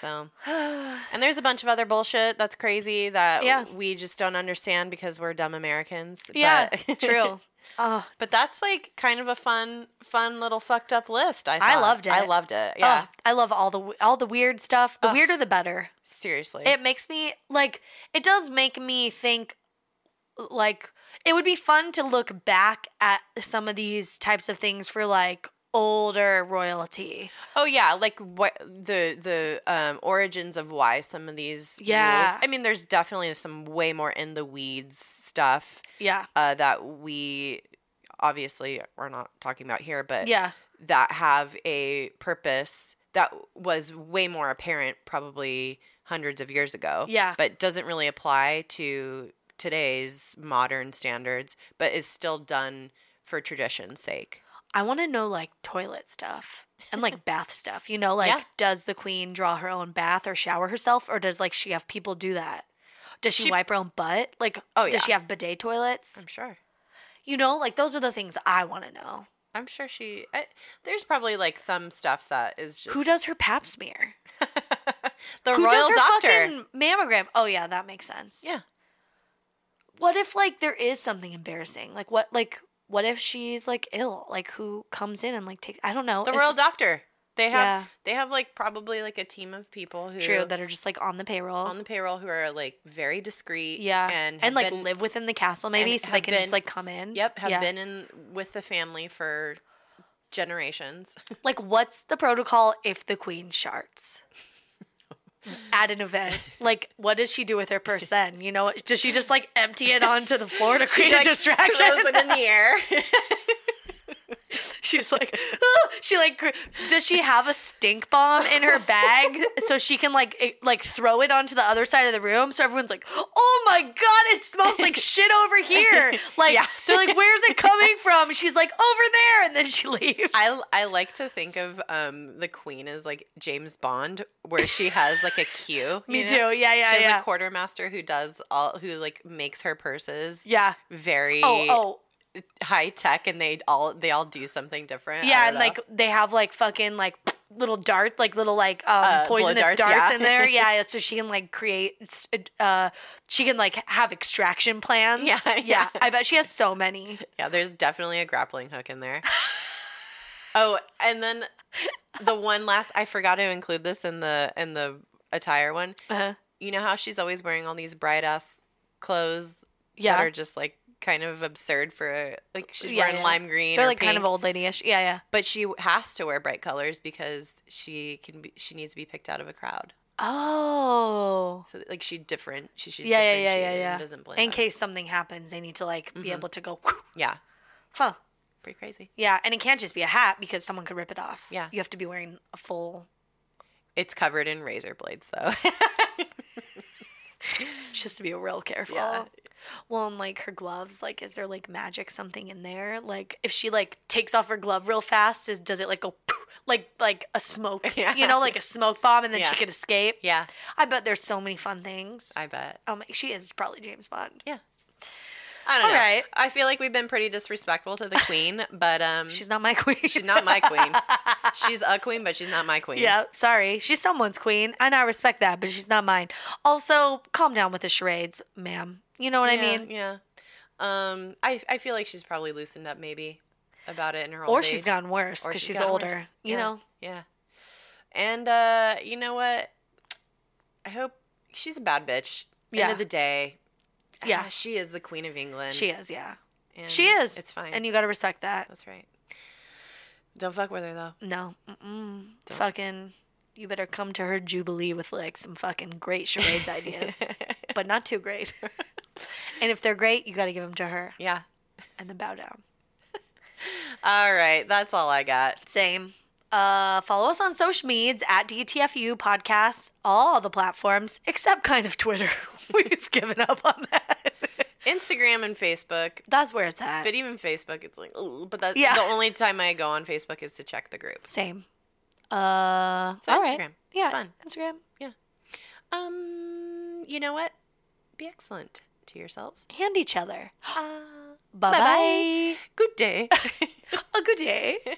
S1: So And there's a bunch of other bullshit that's crazy that
S2: Yeah.
S1: we just don't understand because we're dumb Americans.
S2: Yeah,
S1: but-
S2: True. Oh,
S1: but that's like kind of a fun, fun little fucked up list. I
S2: I
S1: thought.
S2: loved
S1: I
S2: it.
S1: loved it. Yeah,
S2: oh, I love all the all the weird stuff. The
S1: Ugh.
S2: weirder the better.
S1: seriously.
S2: It makes me like it does make me think like it would be fun to look back at some of these types of things for like older royalty.
S1: oh yeah, like what the the um, origins of why some of these. rules-
S2: Yeah.
S1: I mean, there's definitely some way more in the weeds stuff
S2: Yeah.
S1: uh, that we obviously are not talking about here, but
S2: Yeah.
S1: that have a purpose that was way more apparent probably hundreds of years ago.
S2: Yeah.
S1: But doesn't really apply to today's modern standards, but is still done for tradition's sake.
S2: I want to know like toilet stuff and like bath stuff. You know, like
S1: Yeah.
S2: does the queen draw her own bath or shower herself, or does like she have people do that? Does she,
S1: She-
S2: wipe her own butt? Like,
S1: Oh,
S2: does
S1: yeah. Mm.
S2: she have bidet toilets?
S1: I'm sure.
S2: You know, like those are the things I want to know.
S1: I'm sure she. I, there's probably like some stuff that is just
S2: Who does her pap smear?
S1: the
S2: Who
S1: royal
S2: does her
S1: doctor.
S2: fucking mammogram? Oh yeah, that makes sense.
S1: Yeah.
S2: What if like there is something embarrassing? Like what? Like what if she's like ill? Like who comes in and like takes? I don't know.
S1: The
S2: It's
S1: royal
S2: just-
S1: doctor. They have
S2: Yeah,
S1: they have like probably like a team of people who
S2: true. That are just like on the payroll.
S1: on the payroll who are like very discreet.
S2: Yeah.
S1: and have
S2: and like
S1: been-
S2: live within the castle maybe so they
S1: have
S2: can just
S1: been-
S2: like come in
S1: Yep, have
S2: Yeah.
S1: been in with the family for generations.
S2: like what's the protocol if the queen sharts at an event like what does she do with her purse then you know does she just like empty it onto the floor to create
S1: like,
S2: a distraction
S1: throws it in the air.
S2: she's like "Ah!" she like cr- does she have a stink bomb in her bag so she can like it, like throw it onto the other side of the room so everyone's like oh my god it smells like shit over here like
S1: Yeah.
S2: they're like where's it coming from she's like over there and then she leaves
S1: I, I like to think of um, the queen as like James Bond, where she has like a cue.
S2: me
S1: you know?
S2: too yeah
S1: She
S2: yeah
S1: has
S2: yeah
S1: a quartermaster who does all who like makes her purses
S2: yeah
S1: very
S2: oh oh
S1: high tech, and they all they all do something different. I
S2: yeah
S1: don't
S2: and
S1: know.
S2: like they have like fucking like little dart like little like um
S1: Uh, blow
S2: poisonous darts,
S1: darts, yeah.
S2: in there yeah yeah, so she can like create s- uh she can like have extraction plans
S1: Yeah,
S2: yeah,
S1: yeah.
S2: i bet she has so many
S1: Yeah, there's definitely a grappling hook in there. oh, and then the one last I forgot to include this in the in the attire one.
S2: uh-huh.
S1: You know how she's always wearing all these bright ass clothes
S2: yeah
S1: that are just like kind of absurd for a, like she's
S2: Yeah,
S1: wearing
S2: yeah.
S1: lime green
S2: they're
S1: or
S2: like kind of
S1: pink,
S2: old lady-ish yeah yeah
S1: but she has to wear bright colors because she can be she needs to be picked out of a crowd.
S2: oh
S1: So like she different, she, she's
S2: Yeah, yeah, yeah, yeah,
S1: differentiated
S2: yeah.
S1: and doesn't blend.
S2: in
S1: in.
S2: case something happens they need to like be
S1: Mhm.
S2: able to go
S1: yeah,
S2: huh
S1: pretty crazy.
S2: yeah and it can't just be a hat because someone could rip it off
S1: Yeah.
S2: you have to be wearing a full
S1: It's covered in razor blades though.
S2: just to be real careful
S1: Yeah.
S2: Well, and like her gloves, like is there like magic something in there? Like if she like takes off her glove real fast, is does it like go poof, like like a smoke?
S1: Yeah.
S2: You know, like a smoke bomb, and then
S1: Yeah.
S2: she could escape.
S1: Yeah,
S2: I bet there's so many fun things.
S1: I bet.
S2: oh my, she is probably James Bond.
S1: I don't
S2: All
S1: know. Mm-hmm.
S2: right.
S1: I feel like we've been pretty disrespectful to the queen, but um,
S2: She's not my queen.
S1: She's not my queen. she's a queen, but she's not my queen.
S2: Yeah, sorry. She's someone's queen, and I respect that, but she's not mine. Also, calm down with the charades, ma'am. You know what
S1: Yeah,
S2: I mean?
S1: Yeah. Um, I I feel like she's probably loosened up maybe about it in her old
S2: Or she's
S1: age.
S2: gotten worse
S1: Or
S2: because
S1: she's
S2: she's,
S1: gotten
S2: older.
S1: worse.
S2: You
S1: Yeah.
S2: know?
S1: Yeah. And uh, you know what? I hope she's a bad bitch. End
S2: Yeah.
S1: of the day.
S2: Yeah.
S1: ah, she is the queen of England.
S2: she is, yeah.
S1: and
S2: she is.
S1: It's fine.
S2: And you got to respect that.
S1: That's right. Don't fuck with her though.
S2: No. Mm-mm.
S1: Don't.
S2: Fucking, you better come to her jubilee with like some fucking great charades ideas, but not too great. and if they're great, you got to give them to her
S1: yeah.
S2: and then bow down.
S1: All right. That's all I got.
S2: Same. Uh, follow us on social medias at DTFU Podcasts, all the platforms except kind of Twitter. We've given up on that.
S1: Instagram and Facebook.
S2: That's where it's at.
S1: But even Facebook, it's like, "Ooh," but that's
S2: Yeah.
S1: the only time I go on Facebook is to check the group.
S2: Same. Uh,
S1: So
S2: all
S1: Instagram.
S2: right.
S1: It's
S2: Yeah,
S1: fun.
S2: Instagram.
S1: Um, you know what? Be excellent to yourselves.
S2: Hand each other.
S1: Uh,
S2: Bye
S1: Bye-bye.
S2: bye.
S1: good day.
S2: A good day.